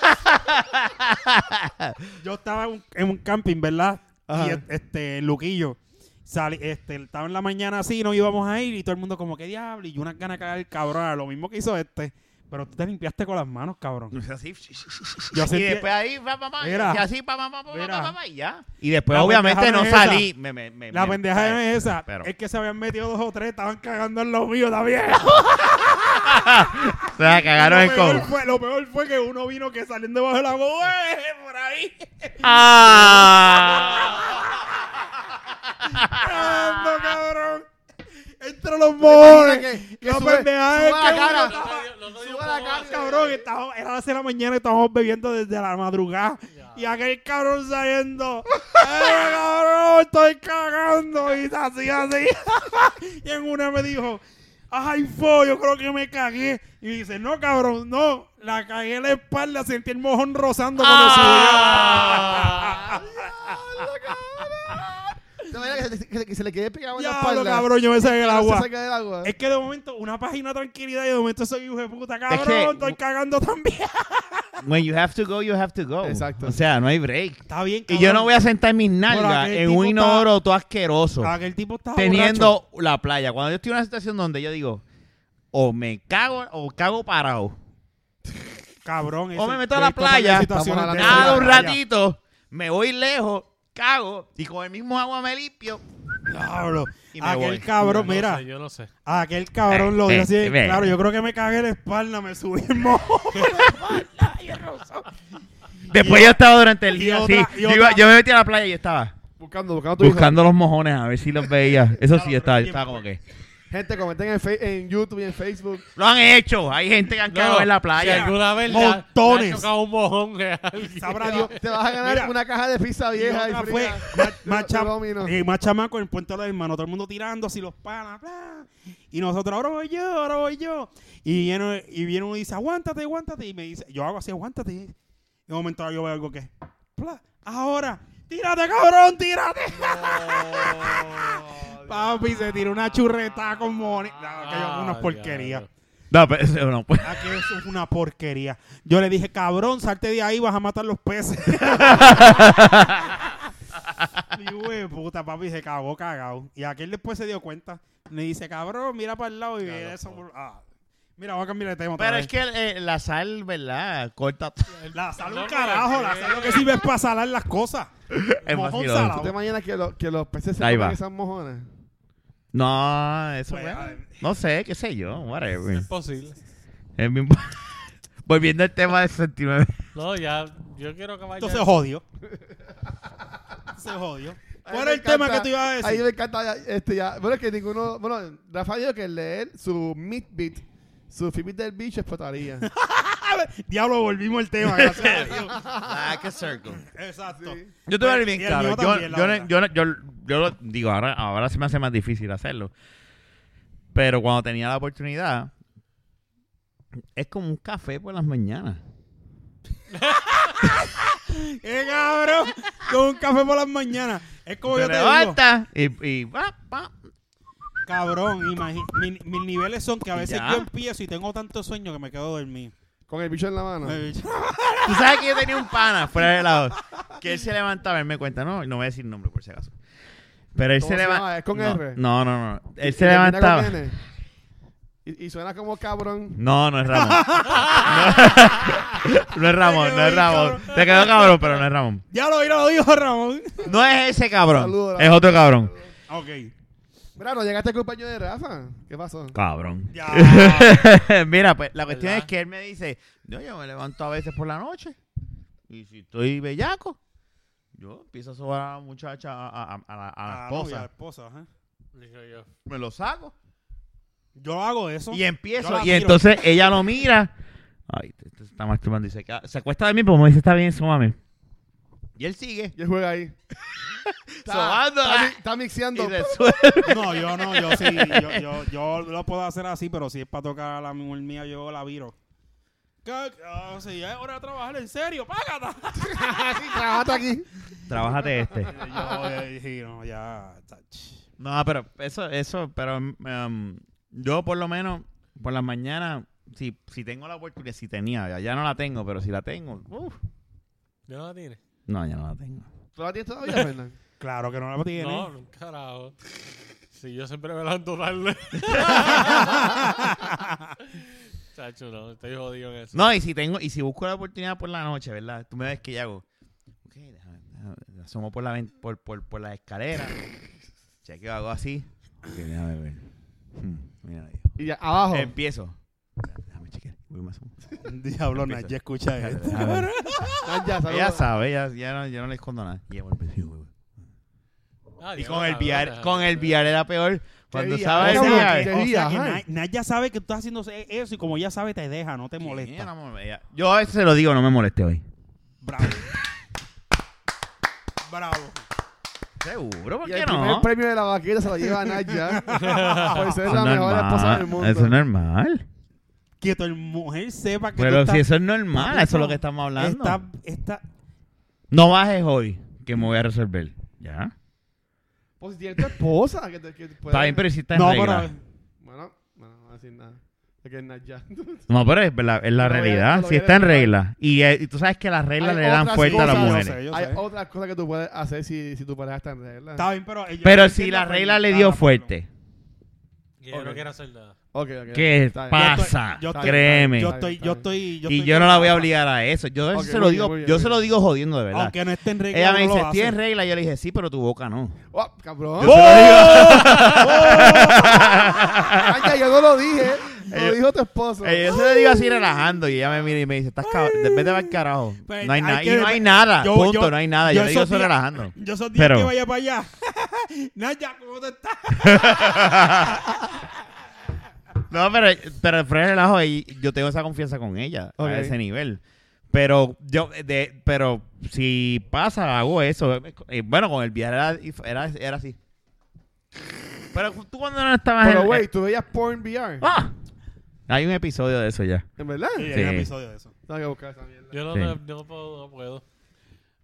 [SPEAKER 4] yo estaba en un, en un camping, ¿verdad? Y
[SPEAKER 2] Ajá.
[SPEAKER 4] es- este, Luquillo. Salí, este, estaba en la mañana así, no íbamos a ir, y todo el mundo como, ¿qué diablo? Y yo unas ganas de cagar, cabrón, lo mismo que hizo este. Pero tú te limpiaste con las manos, cabrón.
[SPEAKER 1] Así.
[SPEAKER 4] Yo
[SPEAKER 1] Y
[SPEAKER 4] sentí-
[SPEAKER 1] después ahí, pa, pa, pa,
[SPEAKER 4] Mira.
[SPEAKER 1] y así, pa, pa, pa, pa,
[SPEAKER 4] Mira.
[SPEAKER 1] pa, pa, pa, y ya. Y después,
[SPEAKER 4] La
[SPEAKER 1] obviamente,
[SPEAKER 4] pendeja
[SPEAKER 1] no
[SPEAKER 4] no es esa.
[SPEAKER 1] salí. Me- me- me-
[SPEAKER 4] La
[SPEAKER 1] me-
[SPEAKER 4] pendeja no es esa.
[SPEAKER 1] Pero-
[SPEAKER 4] Es que se habían metido dos o tres, estaban cagando en lo mío también.
[SPEAKER 1] O sea, cagaron en
[SPEAKER 4] lo, peor
[SPEAKER 1] cojo.
[SPEAKER 4] fue, lo peor fue que uno vino que saliendo bajo el agua, ¡eh! por ahí.
[SPEAKER 1] ¡Ah!
[SPEAKER 2] Ah.
[SPEAKER 4] ¡Ando, cabrón! Entre los
[SPEAKER 2] Mira
[SPEAKER 4] mojones.
[SPEAKER 2] que- que
[SPEAKER 4] La
[SPEAKER 2] sube-
[SPEAKER 4] pendeja
[SPEAKER 2] sube
[SPEAKER 4] es
[SPEAKER 2] la
[SPEAKER 4] que uno
[SPEAKER 2] cara.
[SPEAKER 3] No
[SPEAKER 4] estaba-
[SPEAKER 3] te dio- no te dio
[SPEAKER 2] Suba la
[SPEAKER 3] un poco
[SPEAKER 2] cara,
[SPEAKER 3] de-
[SPEAKER 4] Cabrón, estaba- era las 6 de la mañana y estábamos bebiendo desde la madrugada. Y aquel cabrón saliendo. ¡Eh, cabrón! Estoy cagando. Y así, así. y en una me dijo, ¡ay, fo! Yo creo que me cagué. Y dice, no, cabrón, no. La cagué en la espalda, sentí el mojón rozando cuando
[SPEAKER 1] Ah.
[SPEAKER 2] De manera que se, que, que se le quede pegado en
[SPEAKER 4] subió.
[SPEAKER 2] la
[SPEAKER 4] Ya,
[SPEAKER 2] espalda.
[SPEAKER 4] cabrón, yo me saqué el
[SPEAKER 2] No
[SPEAKER 4] agua. Eh,
[SPEAKER 2] Se saca del agua.
[SPEAKER 4] Es que de momento, una página de tranquilidad y de momento soy hijo de puta. Cabrón,
[SPEAKER 1] que-
[SPEAKER 4] estoy cagando también.
[SPEAKER 1] When you have to go, you have to go.
[SPEAKER 2] Exacto.
[SPEAKER 1] O sea, no hay break.
[SPEAKER 4] Está bien,
[SPEAKER 1] Y yo no voy a sentar mis nalgas
[SPEAKER 4] aquel
[SPEAKER 1] en un
[SPEAKER 4] tipo
[SPEAKER 1] inodoro todo asqueroso.
[SPEAKER 4] Aquel tipo estaba
[SPEAKER 1] Teniendo la playa. Cuando yo estoy en una situación donde yo digo, o me cago o cago parado.
[SPEAKER 4] Cabrón.
[SPEAKER 1] O
[SPEAKER 4] eso-
[SPEAKER 1] me meto a
[SPEAKER 4] yo
[SPEAKER 1] la
[SPEAKER 4] he visto varias
[SPEAKER 1] playa,
[SPEAKER 4] situaciones
[SPEAKER 2] estamos
[SPEAKER 4] de
[SPEAKER 2] hablando
[SPEAKER 1] Cada
[SPEAKER 4] eso.
[SPEAKER 1] un ratito me voy lejos, cago y con el mismo agua me limpio.
[SPEAKER 4] Diablo.
[SPEAKER 1] Y me voy.
[SPEAKER 4] Aquel cabrón,
[SPEAKER 3] Yo no
[SPEAKER 4] mira.
[SPEAKER 3] sé, yo no sé.
[SPEAKER 4] Aquel cabrón lo dio
[SPEAKER 1] Eh,
[SPEAKER 4] así.
[SPEAKER 1] eh, ve.
[SPEAKER 4] claro, yo creo que me cagué la espalda, me subí el mojo.
[SPEAKER 1] Después yo estaba durante el
[SPEAKER 4] y
[SPEAKER 1] día así.
[SPEAKER 4] otra- y
[SPEAKER 1] Yo, iba-
[SPEAKER 4] otra-
[SPEAKER 1] yo me metí a la playa y estaba
[SPEAKER 2] Buscando, buscando tu hijo.
[SPEAKER 1] buscando los mojones a ver si los veía. Eso sí,
[SPEAKER 4] Claro,
[SPEAKER 1] estaba,
[SPEAKER 4] pero
[SPEAKER 1] estaba como que.
[SPEAKER 2] Gente, comenten en, Fe- en YouTube y en Facebook.
[SPEAKER 1] Lo han hecho. Hay gente que han quedado
[SPEAKER 3] No,
[SPEAKER 1] en la
[SPEAKER 3] Si
[SPEAKER 1] playa.
[SPEAKER 3] alguna vez le ha-
[SPEAKER 4] Montones.
[SPEAKER 3] le ha chocado un mojón real.
[SPEAKER 4] Sabrá Dios.
[SPEAKER 2] Te vas a ganar
[SPEAKER 4] Mira,
[SPEAKER 2] una caja de pizza
[SPEAKER 4] Y
[SPEAKER 2] vieja y,
[SPEAKER 4] otra fue
[SPEAKER 2] fría.
[SPEAKER 4] más- más
[SPEAKER 2] de
[SPEAKER 4] cham-
[SPEAKER 2] Domino.
[SPEAKER 4] eh, más chamaco en el puente de los hermanos, todo el mundo tirando así los panas, bla. y nosotros, ahora voy yo, ahora voy yo. Y viene, y viene uno y dice, aguántate, aguántate, y me dice, yo hago así, aguántate. Y de momento yo veo algo que, bla, ahora, tírate, cabrón, tírate. Papi, se tiró una churreta con money. No, Ah, que yo- una
[SPEAKER 3] Ah,
[SPEAKER 4] porquería.
[SPEAKER 3] diablo.
[SPEAKER 1] No, pero eso no puede.
[SPEAKER 4] Ah, que eso es una porquería. Yo le dije, cabrón, salte de ahí, vas a matar los peces. Y hijo de puta, papi, se cagó cagado. Y aquel después se dio cuenta. Me dice, cabrón, mira para el lado y
[SPEAKER 3] Claro,
[SPEAKER 4] eso.
[SPEAKER 3] por-
[SPEAKER 4] ah. Mira, voy a cambiar de tema. otra
[SPEAKER 1] Pero
[SPEAKER 4] vez.
[SPEAKER 1] es que eh, la sal, ¿verdad? Corta.
[SPEAKER 4] La sal un
[SPEAKER 3] Perdón,
[SPEAKER 4] carajo, la
[SPEAKER 3] ¿qué?
[SPEAKER 4] sal lo que sirve es para salar las cosas.
[SPEAKER 1] Es Este
[SPEAKER 4] Mojón
[SPEAKER 1] vacilón.
[SPEAKER 4] salado.
[SPEAKER 2] ¿Tú te imaginas que, lo- que los peces se
[SPEAKER 1] Ahí
[SPEAKER 2] comen
[SPEAKER 1] va.
[SPEAKER 2] esas mojones?
[SPEAKER 1] No, eso
[SPEAKER 4] Pues,
[SPEAKER 1] bueno,
[SPEAKER 4] a ver.
[SPEAKER 1] No sé, qué sé yo. Whatever.
[SPEAKER 3] Es posible.
[SPEAKER 1] Es bien- Volviendo al tema de 69.
[SPEAKER 3] No, ya, yo quiero que vaya.
[SPEAKER 4] Entonces jodió. Se jodió.
[SPEAKER 2] A mí
[SPEAKER 4] ¿Cuál
[SPEAKER 2] me
[SPEAKER 4] era el tema
[SPEAKER 2] encanta-
[SPEAKER 4] que tú ibas a decir?
[SPEAKER 2] A mí me encanta ya, este ya. Bueno, es que ninguno. Bueno, Rafa dijo que leer su midbit, su fitbit del bicho explotaría.
[SPEAKER 4] Diablo, volvimos al tema. gracias a Dios.
[SPEAKER 1] Like a Ah, circle.
[SPEAKER 4] Exacto.
[SPEAKER 2] Sí.
[SPEAKER 1] Yo te voy a ver bien
[SPEAKER 4] Y el
[SPEAKER 1] claro. Yo,
[SPEAKER 4] mío también, la
[SPEAKER 1] yo,
[SPEAKER 4] verdad.
[SPEAKER 1] yo- yo- yo lo digo, ahora, ahora se me hace más difícil hacerlo. Pero cuando tenía la oportunidad, es como un café por las mañanas.
[SPEAKER 4] ¡Qué cabrón! Con un café por las mañanas. Es como
[SPEAKER 1] Te
[SPEAKER 4] yo te digo.
[SPEAKER 1] levantas y, y pa, pa.
[SPEAKER 4] Cabrón, imagi- mi- mis niveles son que a
[SPEAKER 1] ¿Y
[SPEAKER 4] veces
[SPEAKER 1] ya?
[SPEAKER 4] yo empiezo y tengo tanto sueño que me quedo dormido.
[SPEAKER 2] Con el bicho en la
[SPEAKER 1] Ah.
[SPEAKER 2] mano.
[SPEAKER 4] Me-
[SPEAKER 1] Tú sabes que yo tenía un pana fuera de lado que él se levantaba, él me cuenta, no, no voy a decir nombre por si acaso. Pero él
[SPEAKER 2] ¿Cómo
[SPEAKER 1] se
[SPEAKER 2] se
[SPEAKER 1] levantaba.
[SPEAKER 2] llama? ¿Es con
[SPEAKER 1] no,
[SPEAKER 2] R?
[SPEAKER 1] No, no, no. Él
[SPEAKER 2] Y
[SPEAKER 1] se
[SPEAKER 2] termina con
[SPEAKER 1] levantaba.
[SPEAKER 2] nene. Y, y suena como cabrón.
[SPEAKER 1] No, no es Ramón. No, no es Ramón, no es Ramón. Te quedó cabrón, pero no es Ramón.
[SPEAKER 4] Ya lo oí, lo dijo Ramón.
[SPEAKER 1] No es ese cabrón.
[SPEAKER 2] Saludos, Ramón.
[SPEAKER 1] es otro cabrón.
[SPEAKER 4] Ok.
[SPEAKER 2] Mira, no llegaste el compañero de Rafa. ¿Qué pasó?
[SPEAKER 1] Cabrón.
[SPEAKER 4] Ya.
[SPEAKER 1] Mira, pues la cuestión
[SPEAKER 3] ¿Verdad?
[SPEAKER 1] es que él me dice, yo, yo me levanto a veces por la noche. Y si estoy bellaco, yo empiezo a sobar a la muchacha, a, a- a- a la, a la
[SPEAKER 4] Ah, no, y
[SPEAKER 1] esposa.
[SPEAKER 4] a la esposa, ajá.
[SPEAKER 3] Digo yo.
[SPEAKER 1] Me lo saco.
[SPEAKER 4] Yo hago eso.
[SPEAKER 1] Y em-
[SPEAKER 4] Yo la
[SPEAKER 1] empiezo. Y
[SPEAKER 4] miro.
[SPEAKER 1] entonces ella lo mira. Ay, te- te está masturbando. Y se, queda- se acuesta de mí, pero me dice, está bien, súmame. Y él sigue.
[SPEAKER 2] Y él juega ahí. Está-
[SPEAKER 1] Sobando,
[SPEAKER 2] Está,
[SPEAKER 1] ah.
[SPEAKER 2] mi- está mixeando.
[SPEAKER 1] Y resuelve.
[SPEAKER 4] No, yo no, yo sí. Yo, yo, yo lo puedo hacer así, pero si es para tocar a la mujer mía, yo la viro. ¿Qué? Ah, sí, ya es hora de trabajar en serio, págata.
[SPEAKER 2] Trabajate aquí.
[SPEAKER 1] Trabájate este.
[SPEAKER 4] Yo eh, dije, no, ya. tach.
[SPEAKER 1] No, pero eso, eso, pero um, yo por lo menos por las mañanas, si, si tengo la oportunidad, si tenía, ya, ya no la tengo, pero si la tengo, uf,
[SPEAKER 3] ¿Ya no la tiene?
[SPEAKER 1] no, ya no la tengo.
[SPEAKER 2] ¿Tú la tienes todavía, Fernan?
[SPEAKER 4] Claro que no la tiene.
[SPEAKER 3] No, no, carajo. Si yo siempre me levanto tarde. Chacho, no, estoy jodido en eso.
[SPEAKER 1] No, y si tengo, y si busco la oportunidad por la noche, ¿verdad? Tú me ves que yo hago, ok, déjame, déjame, me asomo por la, ven- por, por, por la escalera, chequeo, hago así, ok, déjame ver. Hmm, mira ahí.
[SPEAKER 2] Y ya, abajo.
[SPEAKER 1] Empiezo. Déjame chequear, voy más asomo.
[SPEAKER 4] Diablo,
[SPEAKER 1] Empieza.
[SPEAKER 4] ya escucha esto.
[SPEAKER 1] Déjame ver.
[SPEAKER 2] Ah, ya, saludos.
[SPEAKER 1] Ella sabe, ya, ya no, yo no le escondo nada. Y ella vuelve, sí, güey.
[SPEAKER 3] Ah,
[SPEAKER 1] Y
[SPEAKER 3] Diego,
[SPEAKER 1] con el
[SPEAKER 3] cabrón,
[SPEAKER 1] VR,
[SPEAKER 3] cabrón.
[SPEAKER 1] con el VR era peor. Cuando
[SPEAKER 2] día?
[SPEAKER 1] estaba el
[SPEAKER 2] ¿Cómo
[SPEAKER 1] VR.
[SPEAKER 2] que-
[SPEAKER 4] o sea
[SPEAKER 2] Ajá.
[SPEAKER 4] que Naya sabe que tú estás haciendo e- eso y como ella sabe te deja, no te
[SPEAKER 1] Sí, no
[SPEAKER 4] molesta.
[SPEAKER 1] me- ella- Yo a veces se lo digo, no me molesté hoy.
[SPEAKER 4] Bravo. Bravo.
[SPEAKER 1] Seguro, ¿por
[SPEAKER 2] Y el
[SPEAKER 1] qué
[SPEAKER 2] primer
[SPEAKER 1] no?
[SPEAKER 2] premio de la vaquita se lo lleva a Naya. por ser
[SPEAKER 1] Eso
[SPEAKER 2] la
[SPEAKER 1] es
[SPEAKER 2] mejor esposa del
[SPEAKER 1] Ah, normal.
[SPEAKER 2] mundo.
[SPEAKER 1] Eso es normal.
[SPEAKER 4] Que tu mujer sepa que
[SPEAKER 1] Pero
[SPEAKER 4] tú
[SPEAKER 1] si
[SPEAKER 4] estás,
[SPEAKER 1] eso es normal,
[SPEAKER 4] Papi,
[SPEAKER 1] eso es lo
[SPEAKER 4] no.
[SPEAKER 1] que estamos hablando.
[SPEAKER 4] está- está-
[SPEAKER 1] No bajes hoy, que me voy a resolver. ¿Ya?
[SPEAKER 2] Pues si tienes tu esposa. Que te, que puede-
[SPEAKER 1] Está bien, pero si está en
[SPEAKER 4] No,
[SPEAKER 1] regla.
[SPEAKER 4] pero
[SPEAKER 2] Bueno, bueno, no voy a decir nada. Es que es Naya.
[SPEAKER 1] No, pero es la, es la
[SPEAKER 2] Pero voy a-
[SPEAKER 1] realidad.
[SPEAKER 2] pero
[SPEAKER 1] Si
[SPEAKER 2] voy a
[SPEAKER 1] está en
[SPEAKER 2] decir-
[SPEAKER 1] regla. Y, eh, y tú sabes que las reglas
[SPEAKER 2] Hay
[SPEAKER 1] le dan
[SPEAKER 2] otras
[SPEAKER 1] fuerza a las
[SPEAKER 2] cosas, yo
[SPEAKER 1] mujeres.
[SPEAKER 4] sé, yo
[SPEAKER 2] Hay
[SPEAKER 4] sé.
[SPEAKER 2] otras cosas que tú puedes hacer si, si tu pareja está en regla.
[SPEAKER 4] está bien, pero... ella-
[SPEAKER 1] Pero
[SPEAKER 4] yo
[SPEAKER 1] si
[SPEAKER 4] entiendo
[SPEAKER 1] la
[SPEAKER 4] que
[SPEAKER 1] regla le
[SPEAKER 4] está
[SPEAKER 1] dio
[SPEAKER 4] la-
[SPEAKER 1] fuerte.
[SPEAKER 3] Yo no
[SPEAKER 2] Ok.
[SPEAKER 3] quiero hacer nada.
[SPEAKER 2] Ok, ok.
[SPEAKER 1] ¿Qué
[SPEAKER 2] está bien.
[SPEAKER 1] pasa?
[SPEAKER 4] Yo estoy-
[SPEAKER 1] Créeme.
[SPEAKER 4] Yo
[SPEAKER 2] Está
[SPEAKER 4] estoy,
[SPEAKER 2] bien,
[SPEAKER 4] yo
[SPEAKER 2] está
[SPEAKER 4] estoy, yo
[SPEAKER 1] y
[SPEAKER 4] estoy-
[SPEAKER 1] yo no la voy a obligar a eso. Yo
[SPEAKER 2] Ok,
[SPEAKER 1] se
[SPEAKER 2] muy
[SPEAKER 1] lo
[SPEAKER 2] bien,
[SPEAKER 1] digo,
[SPEAKER 2] muy bien,
[SPEAKER 1] yo
[SPEAKER 2] muy
[SPEAKER 1] se lo digo jodiendo de verdad.
[SPEAKER 4] Aunque no esté en regla,
[SPEAKER 1] Ella me
[SPEAKER 4] uno lo
[SPEAKER 1] dice,
[SPEAKER 4] hace.
[SPEAKER 1] ¿tienes regla? Yo le dije, sí, pero tu boca no.
[SPEAKER 2] Oh, cabrón.
[SPEAKER 1] Yo se lo digo.
[SPEAKER 2] Ay, ya, yo no lo dije. Lo
[SPEAKER 1] Eh,
[SPEAKER 2] dijo tu esposo.
[SPEAKER 1] Eh, yo se lo digo así relajando y ella me mira y me dice, estás cabrón, vete al carajo.
[SPEAKER 4] Pues,
[SPEAKER 1] no ¡Oh! hay
[SPEAKER 4] hay
[SPEAKER 1] nada, y
[SPEAKER 4] que-
[SPEAKER 1] no hay nada,
[SPEAKER 4] yo-
[SPEAKER 1] punto,
[SPEAKER 4] yo-
[SPEAKER 1] no hay nada. Yo,
[SPEAKER 4] yo
[SPEAKER 1] le digo
[SPEAKER 4] esos
[SPEAKER 1] eso
[SPEAKER 4] días-
[SPEAKER 1] relajando.
[SPEAKER 4] Yo esos días
[SPEAKER 1] Pero-
[SPEAKER 4] que vaya para allá. Naya, ¿cómo te estás?
[SPEAKER 1] No, pero, pero fue relajo y yo tengo esa confianza con ella
[SPEAKER 2] Ok.
[SPEAKER 1] a ese nivel. Pero yo, de, pero si pasa, hago eso. Eh, Bueno, con el viaje era, era, era así. Pero tú cuando no estabas
[SPEAKER 2] Pero,
[SPEAKER 1] en-
[SPEAKER 2] güey, tú veías Porn VR.
[SPEAKER 1] ¡Ah! Hay un episodio de eso ya.
[SPEAKER 2] ¿En verdad?
[SPEAKER 4] Sí,
[SPEAKER 1] Sí.
[SPEAKER 4] hay un episodio de eso.
[SPEAKER 2] Tengo que buscar esa mierda.
[SPEAKER 3] Yo no,
[SPEAKER 1] Sí.
[SPEAKER 3] no, no puedo, no puedo.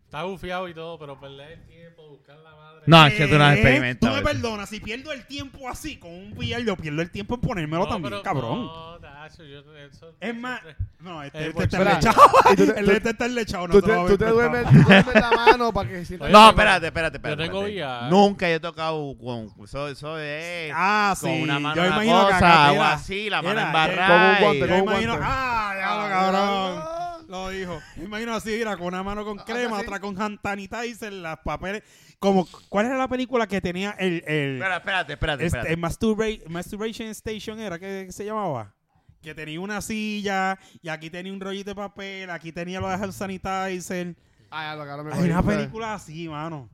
[SPEAKER 3] Está bufiado y todo, pero perder el tiempo, buscar la madre.
[SPEAKER 1] No, Ah, es que tú no has
[SPEAKER 4] Eh,
[SPEAKER 1] experimentado.
[SPEAKER 4] Tú me
[SPEAKER 1] eso.
[SPEAKER 4] perdonas, si pierdo el tiempo así con un VR, yo pierdo el tiempo en ponérmelo
[SPEAKER 3] No,
[SPEAKER 4] también,
[SPEAKER 3] pero-
[SPEAKER 4] cabrón.
[SPEAKER 3] No, tacho, yo, eso,
[SPEAKER 4] Es más,
[SPEAKER 3] siempre-
[SPEAKER 4] no,
[SPEAKER 3] Eh,
[SPEAKER 4] este, este
[SPEAKER 3] pues,
[SPEAKER 4] está
[SPEAKER 2] espera.
[SPEAKER 4] enlechado.
[SPEAKER 2] Y tú te-
[SPEAKER 4] El
[SPEAKER 2] tú-
[SPEAKER 4] este está enlechado. no
[SPEAKER 2] Tú
[SPEAKER 4] te lo
[SPEAKER 2] te,
[SPEAKER 4] voy a
[SPEAKER 2] tú te
[SPEAKER 4] ver,
[SPEAKER 2] duermes,
[SPEAKER 4] papá.
[SPEAKER 2] tú duermes la mano para que sientas.
[SPEAKER 1] No, espérate, espérate, espérate.
[SPEAKER 3] tengo
[SPEAKER 1] espérate.
[SPEAKER 3] VR.
[SPEAKER 1] Nunca yo he tocado con. Eso, eso es.
[SPEAKER 4] Ah, sí.
[SPEAKER 1] con una mano
[SPEAKER 4] yo
[SPEAKER 1] una
[SPEAKER 4] imagino que
[SPEAKER 1] cosa,
[SPEAKER 4] acá,
[SPEAKER 1] agua
[SPEAKER 4] mira,
[SPEAKER 1] así, la mano
[SPEAKER 4] mira,
[SPEAKER 1] embarrada.
[SPEAKER 2] como eh, un
[SPEAKER 1] y-
[SPEAKER 2] guante,
[SPEAKER 4] Yo
[SPEAKER 2] Tengo
[SPEAKER 4] imagino.
[SPEAKER 2] guante.
[SPEAKER 4] Ah, ya lo cabrón. Lo dijo. Me imagino así, mira, con una mano
[SPEAKER 3] Ah,
[SPEAKER 4] con crema,
[SPEAKER 2] sí.
[SPEAKER 4] otra con hand sanitizer, las papeles. Como, ¿cuál era la película que tenía el, el,
[SPEAKER 1] Espera, espérate, espérate,
[SPEAKER 4] este,
[SPEAKER 1] espérate.
[SPEAKER 4] masturba- Masturbation Station era que, que se llamaba? Que tenía una silla, y aquí tenía un rollito de papel, aquí tenía lo de hand sanitizer.
[SPEAKER 2] Ah, ya lo cabrón. me
[SPEAKER 4] Hay
[SPEAKER 2] cogí,
[SPEAKER 4] una
[SPEAKER 2] ¿sabes?
[SPEAKER 4] película así, mano.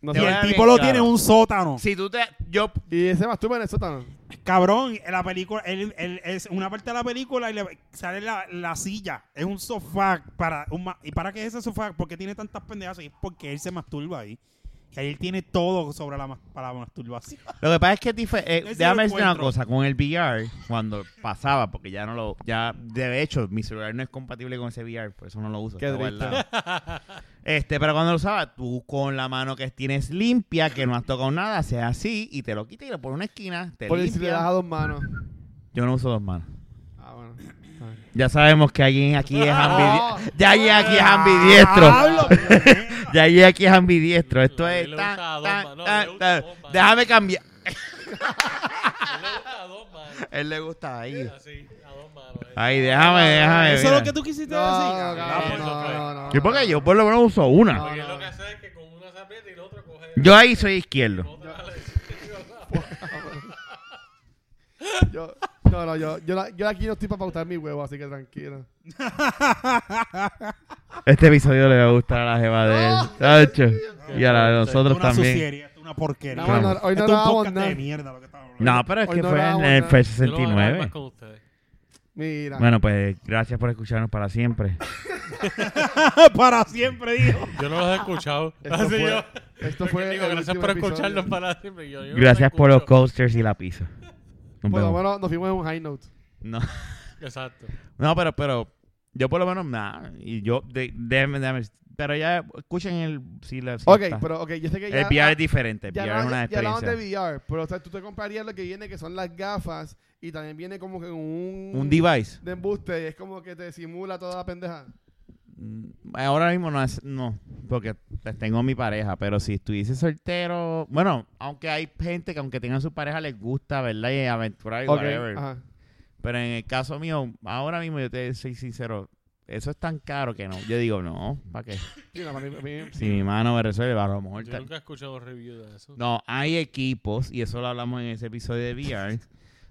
[SPEAKER 2] No
[SPEAKER 1] Te
[SPEAKER 4] y
[SPEAKER 1] voy
[SPEAKER 2] sé.
[SPEAKER 1] a
[SPEAKER 4] el
[SPEAKER 1] decir,
[SPEAKER 4] tipo lo
[SPEAKER 1] claro.
[SPEAKER 4] tiene en un sótano.
[SPEAKER 1] Si tú te. Yo.
[SPEAKER 2] Y ese masturba en el sótano.
[SPEAKER 4] Cabrón, en la película, él, él- es una parte de la película y le sale la, la silla. Es un sofá. Para un ma- ¿Y para qué es ese sofá? ¿Por qué tiene tantas pendejas? Y es porque él se masturba ahí. Y ahí él tiene todo sobre la, mas- para la masturbación.
[SPEAKER 1] Lo que pasa es que dife- eh,
[SPEAKER 4] Ese
[SPEAKER 1] déjame
[SPEAKER 4] lo
[SPEAKER 1] decir una
[SPEAKER 4] encuentro.
[SPEAKER 1] cosa, con el VR, cuando pasaba, porque ya no lo, ya, de hecho, mi celular no es compatible con ese VR, por eso no lo uso.
[SPEAKER 2] Qué
[SPEAKER 1] está
[SPEAKER 2] triste.
[SPEAKER 1] guardado. Este, pero cuando lo usaba, tú con la mano que tienes limpia, que no has tocado nada, sea así, y te lo quitas y lo pones en una esquina, te
[SPEAKER 2] Por si le das
[SPEAKER 1] limpia.
[SPEAKER 2] a dos manos.
[SPEAKER 1] Yo no uso dos manos.
[SPEAKER 2] Ah, bueno. Está bien.
[SPEAKER 1] Ya sabemos que alguien aquí es
[SPEAKER 2] No.
[SPEAKER 1] ambidiestro. Ya alguien aquí es ambidiestro.
[SPEAKER 4] Hablo, puñeta.
[SPEAKER 1] Ya llegué aquí es ambidiestro. Esto
[SPEAKER 3] A mí
[SPEAKER 1] es.
[SPEAKER 3] le
[SPEAKER 1] tan,
[SPEAKER 3] gusta a
[SPEAKER 1] tan,
[SPEAKER 3] Dogma. No,
[SPEAKER 1] tan,
[SPEAKER 3] le gusta
[SPEAKER 1] tan.
[SPEAKER 3] a Dogma.
[SPEAKER 1] Déjame cambiar.
[SPEAKER 3] A él le gusta a dos manos.
[SPEAKER 1] Él le gusta ahí.
[SPEAKER 3] Así, a dos manos. eh.
[SPEAKER 1] Ay, déjame, déjame.
[SPEAKER 4] Eso es
[SPEAKER 1] mira.
[SPEAKER 4] lo que tú quisiste
[SPEAKER 2] No,
[SPEAKER 4] decir.
[SPEAKER 2] cabrón,
[SPEAKER 3] eso
[SPEAKER 2] no,
[SPEAKER 3] fue.
[SPEAKER 2] no, no,
[SPEAKER 1] Sí,
[SPEAKER 2] no,
[SPEAKER 1] porque
[SPEAKER 2] no.
[SPEAKER 1] yo por lo menos uso una.
[SPEAKER 2] No.
[SPEAKER 3] pues, Porque él lo que hace es que con una se aprieta y el otro coge.
[SPEAKER 1] Yo ahí soy izquierdo.
[SPEAKER 3] Otra le-
[SPEAKER 2] Yo, no, no, yo, yo, la- yo aquí no estoy para pautar mi huevo, así que tranquilo.
[SPEAKER 1] Este episodio le va a gustar a la jeva de él. Tacho. Y a la de nosotros
[SPEAKER 4] una
[SPEAKER 1] también.
[SPEAKER 4] suciería, esto es una porquería.
[SPEAKER 2] No, no, hoy no
[SPEAKER 4] Esto es
[SPEAKER 2] lo
[SPEAKER 4] un
[SPEAKER 2] vamos
[SPEAKER 4] podcast
[SPEAKER 2] a
[SPEAKER 4] de
[SPEAKER 2] dar.
[SPEAKER 4] mierda lo que estamos hablando.
[SPEAKER 1] No, pero es
[SPEAKER 2] Hoy
[SPEAKER 1] que
[SPEAKER 2] no
[SPEAKER 1] fue en
[SPEAKER 2] grabamos
[SPEAKER 1] el
[SPEAKER 2] nada.
[SPEAKER 1] Fresh
[SPEAKER 3] Yo no voy a grabar más
[SPEAKER 1] 69.
[SPEAKER 3] con ustedes.
[SPEAKER 2] Mira.
[SPEAKER 1] Bueno, pues gracias por escucharnos para siempre.
[SPEAKER 4] para siempre, dijo.
[SPEAKER 3] Yo no los he escuchado.
[SPEAKER 2] Esto
[SPEAKER 3] Así
[SPEAKER 2] fue-
[SPEAKER 3] yo-
[SPEAKER 2] esto
[SPEAKER 3] Porque
[SPEAKER 2] fue
[SPEAKER 3] digo,
[SPEAKER 2] el
[SPEAKER 3] gracias
[SPEAKER 2] último
[SPEAKER 3] por
[SPEAKER 2] episodio.
[SPEAKER 3] escucharnos para siempre. Yo, yo no
[SPEAKER 1] Gracias por los
[SPEAKER 3] escucho.
[SPEAKER 1] coasters y la pizza. Nos
[SPEAKER 2] Por lo
[SPEAKER 1] vemos.
[SPEAKER 2] menos nos fuimos en un high note.
[SPEAKER 1] No.
[SPEAKER 3] Exacto.
[SPEAKER 1] No, pero, pero, yo por lo menos nada. Y yo, de, déjame, déjame. Pero ya escuchen el. Si la, si
[SPEAKER 2] Ok,
[SPEAKER 1] está.
[SPEAKER 2] pero ok, yo sé que ya.
[SPEAKER 1] el VR es diferente. El
[SPEAKER 2] ya
[SPEAKER 1] VR
[SPEAKER 2] hablamos-
[SPEAKER 1] es una
[SPEAKER 2] ya hablamos
[SPEAKER 1] experiencia.
[SPEAKER 2] de VR, pero o sea, tú te comprarías lo que viene, que son las gafas, y también viene como que un.
[SPEAKER 1] Un device.
[SPEAKER 2] De embuste, y es como que te simula toda la pendeja.
[SPEAKER 1] Mm, Ahora mismo no es. No, porque pues, tengo mi pareja. Pero si estuviese soltero. Bueno, aunque hay gente que, aunque tengan su pareja, les gusta, ¿verdad? Y aventurar y
[SPEAKER 2] Ok,
[SPEAKER 1] whatever.
[SPEAKER 2] ajá.
[SPEAKER 1] Pero en el caso mío, ahora mismo yo te soy sincero. Eso es tan caro que no. Yo digo, no, ¿para qué?
[SPEAKER 2] Sí, no, para mí- para mí-
[SPEAKER 1] Si mi mano me resuelve, a lo mejor.
[SPEAKER 3] Yo
[SPEAKER 1] ta-
[SPEAKER 3] nunca he escuchado un review de eso.
[SPEAKER 1] No, hay equipos, y eso lo hablamos en ese episodio de VR,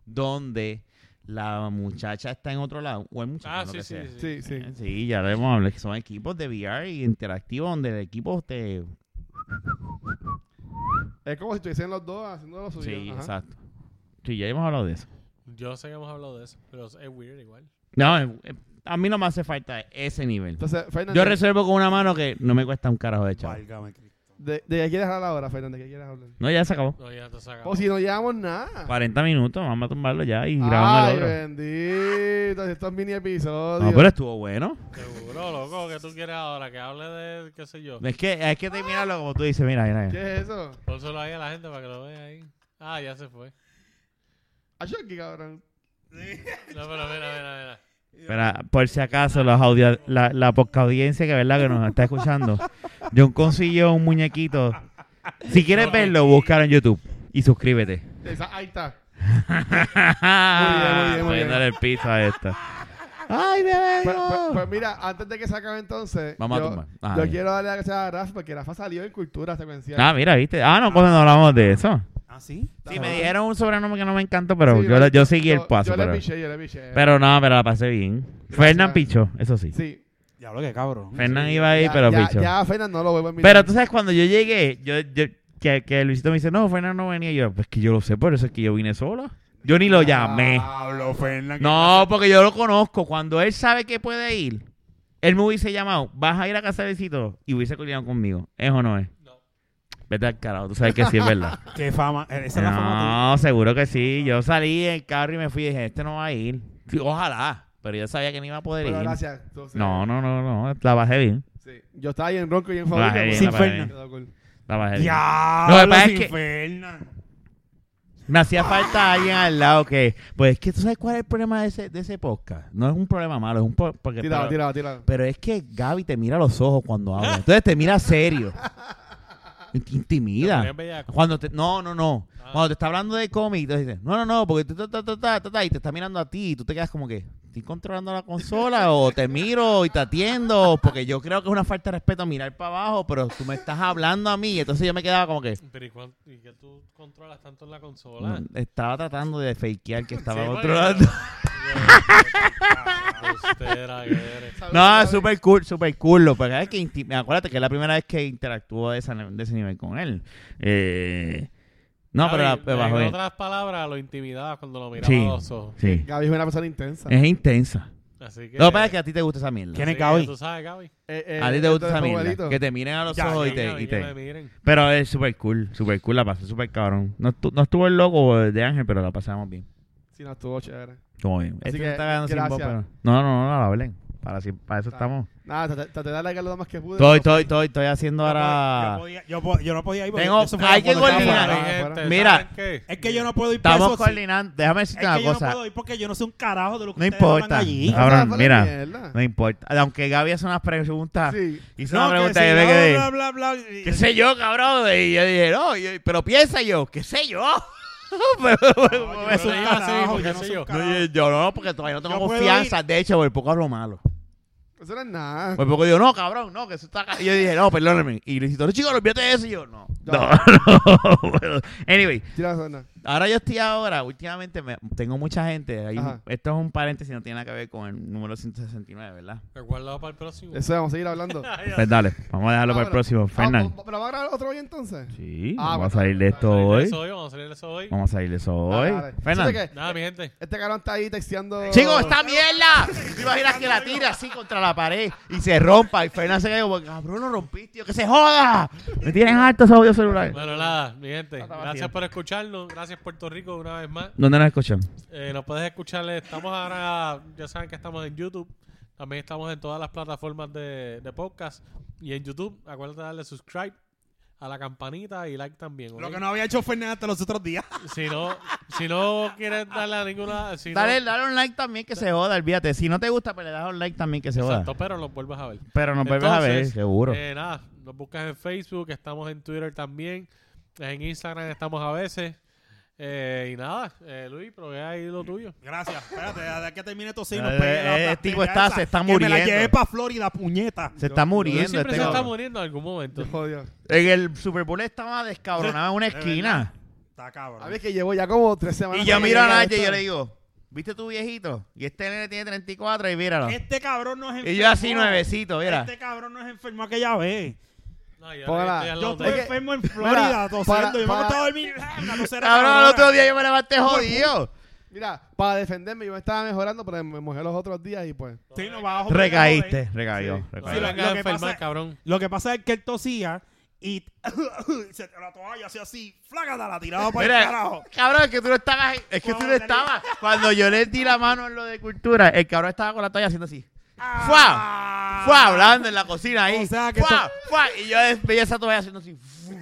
[SPEAKER 1] donde la muchacha está en otro lado, o el muchacho,
[SPEAKER 3] Ah,
[SPEAKER 1] lo
[SPEAKER 3] sí,
[SPEAKER 1] que
[SPEAKER 3] sí,
[SPEAKER 1] sea.
[SPEAKER 2] sí,
[SPEAKER 3] sí.
[SPEAKER 2] sí.
[SPEAKER 1] Eh, Sí, ya lo hemos hablado, que son equipos de VR y interactivos donde el equipo te...
[SPEAKER 2] Es como si estuviesen los dos haciendo lo suyo.
[SPEAKER 1] Sí,
[SPEAKER 2] ajá.
[SPEAKER 1] exacto. Sí, ya hemos hablado de eso.
[SPEAKER 3] Yo sé que hemos hablado de eso, pero es weird igual.
[SPEAKER 1] No, eh, eh, a mí no me hace falta ese nivel.
[SPEAKER 2] Entonces, Fernández.
[SPEAKER 1] Yo resuelvo con una mano que no me cuesta un carajo de chaval.
[SPEAKER 4] Válgame, Cristo.
[SPEAKER 2] ¿De, de qué quieres hablar ahora, Fernández? ¿De qué quieres hablar?
[SPEAKER 1] No, ya se acabó.
[SPEAKER 3] No, ya te sacamos.
[SPEAKER 2] O si no llevamos nada.
[SPEAKER 1] 40 minutos, vamos a tumbarlo ya y grabamos el
[SPEAKER 2] Ah. Ay,
[SPEAKER 1] otro.
[SPEAKER 2] bendito. Estos mini episodios.
[SPEAKER 1] No, pero estuvo bueno.
[SPEAKER 3] Seguro, loco, que tú quieres ahora que hable de qué sé yo.
[SPEAKER 1] Es que hay que terminarlo como tú dices, mira, mira. mira.
[SPEAKER 2] ¿Qué es eso?
[SPEAKER 3] Pónselo ahí a la gente para que lo vea ahí. Ah, ya se fue.
[SPEAKER 2] Achoki, cabrón.
[SPEAKER 3] No, pero mira, mira, mira.
[SPEAKER 1] Espera, por si acaso, los audio- la, la poca audiencia que verdad que nos está escuchando, John consiguió un muñequito. Si quieres verlo, búscalo en YouTube y suscríbete.
[SPEAKER 2] Esa- ahí está. muy bien, muy bien.
[SPEAKER 1] Poniéndole el piso a esta. ¡Ay, bebé!
[SPEAKER 2] Pues, pues- pues mira, antes de que se acabe entonces,
[SPEAKER 1] Vamos a
[SPEAKER 2] yo,
[SPEAKER 1] tumbar. Ah,
[SPEAKER 2] yo
[SPEAKER 1] bien.
[SPEAKER 2] quiero darle las gracias a Rafa, porque Rafa salió en cultura secuencial.
[SPEAKER 1] Ah, mira, viste. Ah, no, cuando no hablamos de eso.
[SPEAKER 4] ¿Ah, sí?
[SPEAKER 1] Sí, me dijeron un sobrenombre que no me encantó, pero
[SPEAKER 2] Sí,
[SPEAKER 1] yo,
[SPEAKER 2] yo-
[SPEAKER 1] yo seguí
[SPEAKER 2] Yo-
[SPEAKER 1] el paso.
[SPEAKER 2] Yo le
[SPEAKER 1] pero,
[SPEAKER 2] piché, yo le piché.
[SPEAKER 1] pero no, pero la pasé bien. Fernán pichó, eso sí.
[SPEAKER 2] sí.
[SPEAKER 4] Diablo, que cabrón.
[SPEAKER 1] Fernán iba ahí,
[SPEAKER 2] ya,
[SPEAKER 1] pero
[SPEAKER 2] ya,
[SPEAKER 1] pichó.
[SPEAKER 2] ya a Fernan no lo vuelvo a invitar.
[SPEAKER 1] Pero tú sabes, cuando yo llegué, yo, yo- que, que Luisito me dice, no, Fernán no venía. Y yo, pues que yo lo sé, por eso es que yo vine solo. Yo ni lo llamé.
[SPEAKER 4] Diablo, Fernan.
[SPEAKER 1] No, porque yo lo conozco. Cuando él sabe que puede ir, él me hubiese llamado, vas a ir a casa de Luisito y hubiese coordinado conmigo. ¿Es o no es?
[SPEAKER 3] No.
[SPEAKER 1] Vete al carajo, tú sabes que sí es verdad.
[SPEAKER 4] Qué fama. eh, Esa es la fama
[SPEAKER 1] no, seguro que sí. Yo salí en el carro y me fui y dije, este no va a ir. Sí, ojalá, pero yo sabía que no iba a poder
[SPEAKER 2] Pero
[SPEAKER 1] ir.
[SPEAKER 2] gracias. entonces,
[SPEAKER 1] No, no, no, no, la bajé bien.
[SPEAKER 2] sí. Yo estaba ahí en ronco y en
[SPEAKER 1] La bajé
[SPEAKER 2] favorito.
[SPEAKER 1] bien,
[SPEAKER 4] Sin
[SPEAKER 1] la bajé
[SPEAKER 4] Fernan.
[SPEAKER 1] bien,
[SPEAKER 2] Quedó cool.
[SPEAKER 1] la bajé
[SPEAKER 4] tuya.
[SPEAKER 1] bien.
[SPEAKER 4] Diablo,
[SPEAKER 1] Lo que pasa es
[SPEAKER 4] sin
[SPEAKER 1] que-
[SPEAKER 4] Fernan.
[SPEAKER 1] Me hacía falta alguien al lado que, pues es que tú sabes cuál es el problema de ese, de ese podcast. No es un problema malo, es un po- porque
[SPEAKER 2] Tirado,
[SPEAKER 1] pero-
[SPEAKER 2] tirado, tirado.
[SPEAKER 1] Pero es que Gaby te mira a los ojos cuando habla. Entonces te mira serio. Y te
[SPEAKER 3] Te
[SPEAKER 1] Intimida.
[SPEAKER 3] pones bellaco.
[SPEAKER 1] Cuando te, no, no, no.
[SPEAKER 3] Ah.
[SPEAKER 1] Cuando te está hablando de cómic, entonces dices, no, no, no, porque tú, ta, ta, ta, ta, ta, ta, y te está mirando a ti y tú te quedas como que, ¿estoy controlando la consola o te miro y te atiendo? Porque yo creo que es una falta de respeto mirar para abajo, pero tú me estás hablando a mí. Entonces yo me quedaba como que,
[SPEAKER 3] Pero ¿y, cuán- y que tú controlas tanto en la consola?
[SPEAKER 1] mm, estaba tratando de fakear que estaba
[SPEAKER 3] Sí,
[SPEAKER 1] controlando.
[SPEAKER 3] porque- Austera que eres.
[SPEAKER 1] No, es súper cool, súper cool. Lo que pasa es que inti- acuérdate que es la primera vez que interactúo de, esa- de ese nivel con él. Eh, no, pero la-
[SPEAKER 3] Gaby,
[SPEAKER 1] pero bajo
[SPEAKER 3] En
[SPEAKER 1] bien.
[SPEAKER 3] otras palabras, lo intimidaba cuando lo miraba
[SPEAKER 1] Sí.
[SPEAKER 3] a los ojos.
[SPEAKER 1] Sí.
[SPEAKER 2] Gaby es una persona intensa.
[SPEAKER 1] Es intensa.
[SPEAKER 3] Así que.
[SPEAKER 1] Lo que pasa es que a ti te gusta esa mierda.
[SPEAKER 4] ¿Quién
[SPEAKER 3] así
[SPEAKER 4] es
[SPEAKER 3] que
[SPEAKER 4] Gaby?
[SPEAKER 3] Tú sabes, Gaby.
[SPEAKER 2] Eh, eh,
[SPEAKER 1] A ti te
[SPEAKER 2] esto
[SPEAKER 1] gusta
[SPEAKER 2] de
[SPEAKER 1] esa
[SPEAKER 2] favorito.
[SPEAKER 1] mierda. Que te miren a los
[SPEAKER 4] Ya,
[SPEAKER 1] ojos y
[SPEAKER 4] ya,
[SPEAKER 1] te...
[SPEAKER 3] Gaby,
[SPEAKER 1] y
[SPEAKER 3] que
[SPEAKER 1] te-
[SPEAKER 3] me miren.
[SPEAKER 1] Pero es súper cool, súper cool. La pasé súper cabrón. No, estu- no estuvo el loco de Ángel, pero la pasamos bien.
[SPEAKER 2] Sí, no, estuvo chévere.
[SPEAKER 1] Como bien.
[SPEAKER 2] Así
[SPEAKER 1] Este
[SPEAKER 2] que,
[SPEAKER 1] se está quedando sin voz,
[SPEAKER 2] gracias.
[SPEAKER 1] pero- No, no, no, no, la hablen. Para, si- para eso
[SPEAKER 2] Ah.
[SPEAKER 1] estamos.
[SPEAKER 2] Nada, traté- traté de darle lo más que pude.
[SPEAKER 1] Estoy,
[SPEAKER 2] pero-
[SPEAKER 1] estoy, estoy, estoy haciendo
[SPEAKER 4] Yo,
[SPEAKER 1] ahora...
[SPEAKER 4] podía- yo, po- yo no podía ir porque
[SPEAKER 1] Tengo-
[SPEAKER 4] eso fue
[SPEAKER 1] hay
[SPEAKER 4] cuando
[SPEAKER 1] que
[SPEAKER 4] estaba
[SPEAKER 1] coordinar.
[SPEAKER 4] fuera.
[SPEAKER 3] Ay,
[SPEAKER 2] fuera.
[SPEAKER 3] gente,
[SPEAKER 1] Mira.
[SPEAKER 3] ¿saben qué?
[SPEAKER 4] Es que yo no puedo ir preso.
[SPEAKER 1] Estamos
[SPEAKER 4] sí.
[SPEAKER 1] coordinando. Déjame decirte
[SPEAKER 4] Es
[SPEAKER 1] una
[SPEAKER 4] que yo no
[SPEAKER 1] cosa.
[SPEAKER 4] puedo ir porque yo no sé un carajo de lo que
[SPEAKER 1] No
[SPEAKER 4] ustedes hablan
[SPEAKER 1] importa.
[SPEAKER 4] allí.
[SPEAKER 2] Ah,
[SPEAKER 1] Cabrón,
[SPEAKER 2] fue la
[SPEAKER 1] mira.
[SPEAKER 2] mierda.
[SPEAKER 1] No importa. Aunque Gaby hace unas preguntas.
[SPEAKER 2] Sí.
[SPEAKER 1] Hizo
[SPEAKER 4] No,
[SPEAKER 1] una pregunta
[SPEAKER 4] que
[SPEAKER 1] que
[SPEAKER 4] sí,
[SPEAKER 1] me
[SPEAKER 4] bla,
[SPEAKER 1] quedé.
[SPEAKER 4] bla, bla, bla, bla, y-
[SPEAKER 1] ¿Qué sé yo, cabrón? Y yo dije, no, yo- pero piensa yo, ¿qué sé yo? Pero-
[SPEAKER 4] No, yo
[SPEAKER 1] pero-
[SPEAKER 4] no soy un
[SPEAKER 3] Iba así,
[SPEAKER 4] carajo,
[SPEAKER 3] porque
[SPEAKER 4] yo
[SPEAKER 3] no sé
[SPEAKER 4] no soy un
[SPEAKER 3] yo.
[SPEAKER 1] No,
[SPEAKER 4] carajo.
[SPEAKER 1] yo- yo no, porque todavía no tengo
[SPEAKER 4] Yo puedo
[SPEAKER 1] confianza. De hecho, por poco hablo malo.
[SPEAKER 2] Eso no es nada.
[SPEAKER 1] Por poco yo, no, cabrón, no, que eso está. ca-". Y yo dije, no, perdóname. Y Luisito, no, chico, olvídate de eso. Y yo, no. No,
[SPEAKER 2] No.
[SPEAKER 1] no. puedo. anyway,
[SPEAKER 2] Tira la zona.
[SPEAKER 1] Ahora yo estoy ahora, últimamente me- tengo mucha gente. hay un-
[SPEAKER 2] Ajá.
[SPEAKER 1] esto es un paréntesis, no tiene nada que ver con el número 169, ¿verdad?
[SPEAKER 3] Pero guardado para el próximo.
[SPEAKER 2] Eso vamos a seguir hablando. Ah,
[SPEAKER 1] Pues dale, vamos a dejarlo
[SPEAKER 2] Ah,
[SPEAKER 1] para el
[SPEAKER 2] bueno.
[SPEAKER 1] próximo. Fernán.
[SPEAKER 2] ¿Pero va a grabar otro hoy entonces?
[SPEAKER 1] Sí, vamos
[SPEAKER 2] Ah, bueno,
[SPEAKER 1] a salir de esto
[SPEAKER 3] Vamos a salir
[SPEAKER 1] hoy.
[SPEAKER 3] de eso hoy, Vamos a salir de eso hoy.
[SPEAKER 1] Vamos a salir de eso hoy.
[SPEAKER 2] Dale, dale.
[SPEAKER 1] Fernán.
[SPEAKER 2] Fíjate que
[SPEAKER 3] Nada, mi gente.
[SPEAKER 2] Este cabrón está ahí texteando.
[SPEAKER 1] Chicos, esta mierda. ¿Te imaginas que la tira así contra la pared y se rompa? Y Fernán se cae como, cabrón, lo rompiste, yo, que se joda. Me tienen harto esos audios celulares.
[SPEAKER 3] Bueno, nada, mi gente.
[SPEAKER 1] Hasta
[SPEAKER 3] Gracias
[SPEAKER 1] vacío.
[SPEAKER 3] por escucharnos. Gracias, Puerto Rico, una vez más.
[SPEAKER 1] ¿Dónde nos escuchan?
[SPEAKER 3] Eh, nos puedes escuchar. Estamos ahora, ya saben que estamos en YouTube. También estamos en todas las plataformas de, de podcast. Y en YouTube, acuérdate de darle subscribe a la campanita y like también. ¿ok?
[SPEAKER 4] Lo que no había hecho Fernández hasta los otros días.
[SPEAKER 3] Si no, si no quieres darle a ninguna. Si
[SPEAKER 1] Dale,
[SPEAKER 3] no,
[SPEAKER 1] dale un like también que se joda, olvídate. Si no te gusta, pues le das un like también que se joda.
[SPEAKER 3] Exacto, pero nos vuelves a ver.
[SPEAKER 1] Pero nos vuelves a ver,
[SPEAKER 3] Entonces,
[SPEAKER 1] seguro.
[SPEAKER 3] Eh, nada, nos buscas en Facebook, estamos en Twitter también. En Instagram estamos a veces. Eh, y nada, eh, Luis, provee ahí lo tuyo.
[SPEAKER 4] Gracias. Espérate, a ver que termine esto sí.
[SPEAKER 1] Eh,
[SPEAKER 4] nos pegué la-
[SPEAKER 1] eh,
[SPEAKER 4] la
[SPEAKER 1] el tipo
[SPEAKER 4] pelea
[SPEAKER 1] está-
[SPEAKER 4] esa,
[SPEAKER 1] se está
[SPEAKER 4] Que me la
[SPEAKER 1] muriendo.
[SPEAKER 4] llevé para Florida, puñeta.
[SPEAKER 1] se está
[SPEAKER 3] Luis
[SPEAKER 1] muriendo
[SPEAKER 3] siempre
[SPEAKER 1] este
[SPEAKER 3] se está
[SPEAKER 1] cabrón.
[SPEAKER 3] muriendo en algún momento.
[SPEAKER 2] Jodido.
[SPEAKER 1] En el Super Bowl estaba descabronado en una
[SPEAKER 4] De
[SPEAKER 1] esquina.
[SPEAKER 4] verdad. Está cabrón.
[SPEAKER 2] A ver que llevo ya como tres semanas.
[SPEAKER 1] Y yo miro a Nacho
[SPEAKER 2] nadie
[SPEAKER 1] y yo le digo, ¿viste tu viejito? Y este nene tiene 34 y míralo.
[SPEAKER 4] Este cabrón nos enfermó.
[SPEAKER 1] Ah. Y yo así nuevecito, mira.
[SPEAKER 4] Este cabrón nos enfermó aquella vez.
[SPEAKER 3] No, yo,
[SPEAKER 2] Póngala.
[SPEAKER 3] estoy al
[SPEAKER 4] Yo
[SPEAKER 3] lado
[SPEAKER 4] estuve
[SPEAKER 3] de-
[SPEAKER 2] que-
[SPEAKER 4] enfermo en Florida,
[SPEAKER 2] Mira,
[SPEAKER 4] tosiendo.
[SPEAKER 2] para-
[SPEAKER 4] yo me
[SPEAKER 2] para-
[SPEAKER 4] acostaba a dormir. "Ah, Una locera
[SPEAKER 1] Cabrón, el
[SPEAKER 4] cabrona.
[SPEAKER 1] otro día yo me levanté jodido.
[SPEAKER 2] Mira, para defenderme, yo me estaba mejorando, pero me mojé los otros días y pues.
[SPEAKER 4] Sí, nos bajó, porque
[SPEAKER 1] Recaíste,
[SPEAKER 2] Sí.
[SPEAKER 1] recaíó,
[SPEAKER 3] No
[SPEAKER 4] Sí,
[SPEAKER 3] te
[SPEAKER 1] recaíó.
[SPEAKER 4] lo-
[SPEAKER 3] vengas
[SPEAKER 4] lo
[SPEAKER 3] a
[SPEAKER 4] que
[SPEAKER 3] enfermar,
[SPEAKER 4] pasa-
[SPEAKER 3] cabrón.
[SPEAKER 4] Lo que pasa es que él tosía y se, la toalla hacía así, flácata, la tiraba para
[SPEAKER 1] Mira,
[SPEAKER 4] el carajo.
[SPEAKER 1] cabrón, es que tú no estabas, es que tú no estabas. Cuando yo le di la mano en lo de cultura, el cabrón estaba con la toalla haciendo así.
[SPEAKER 4] ¡Fua!
[SPEAKER 1] Fue hablando en la cocina ahí.
[SPEAKER 4] Ah. O sea, que
[SPEAKER 1] Fua,
[SPEAKER 4] esto-
[SPEAKER 1] fua, Y yo veía esa toalla haciendo así. fum,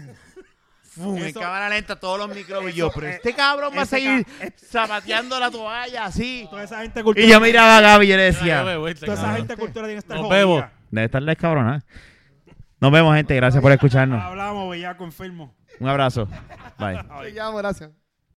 [SPEAKER 1] fum, en
[SPEAKER 4] Ah. Eso-
[SPEAKER 1] cámara lenta todos los micrófonos. Y
[SPEAKER 4] eso,
[SPEAKER 1] yo, pero
[SPEAKER 4] eh,
[SPEAKER 1] este cabrón va a
[SPEAKER 4] ese
[SPEAKER 1] seguir
[SPEAKER 4] ca- es-
[SPEAKER 1] zapateando la toalla así.
[SPEAKER 4] Toda esa gente cultura.
[SPEAKER 1] Y yo miraba a Gaby y yo le
[SPEAKER 3] Mira, yo me
[SPEAKER 1] decía,
[SPEAKER 3] voy, este
[SPEAKER 4] Toda esa
[SPEAKER 3] cabrón.
[SPEAKER 4] gente cultura tiene que estar
[SPEAKER 3] Nos
[SPEAKER 4] jodida.
[SPEAKER 3] vemos.
[SPEAKER 1] debe estar descabronada. Nos
[SPEAKER 4] pues,
[SPEAKER 1] vemos, gente. Gracias por escucharnos.
[SPEAKER 4] Hablamos, bellaco enfermo.
[SPEAKER 1] Un abrazo. Bye.
[SPEAKER 2] Te llamo, gracias.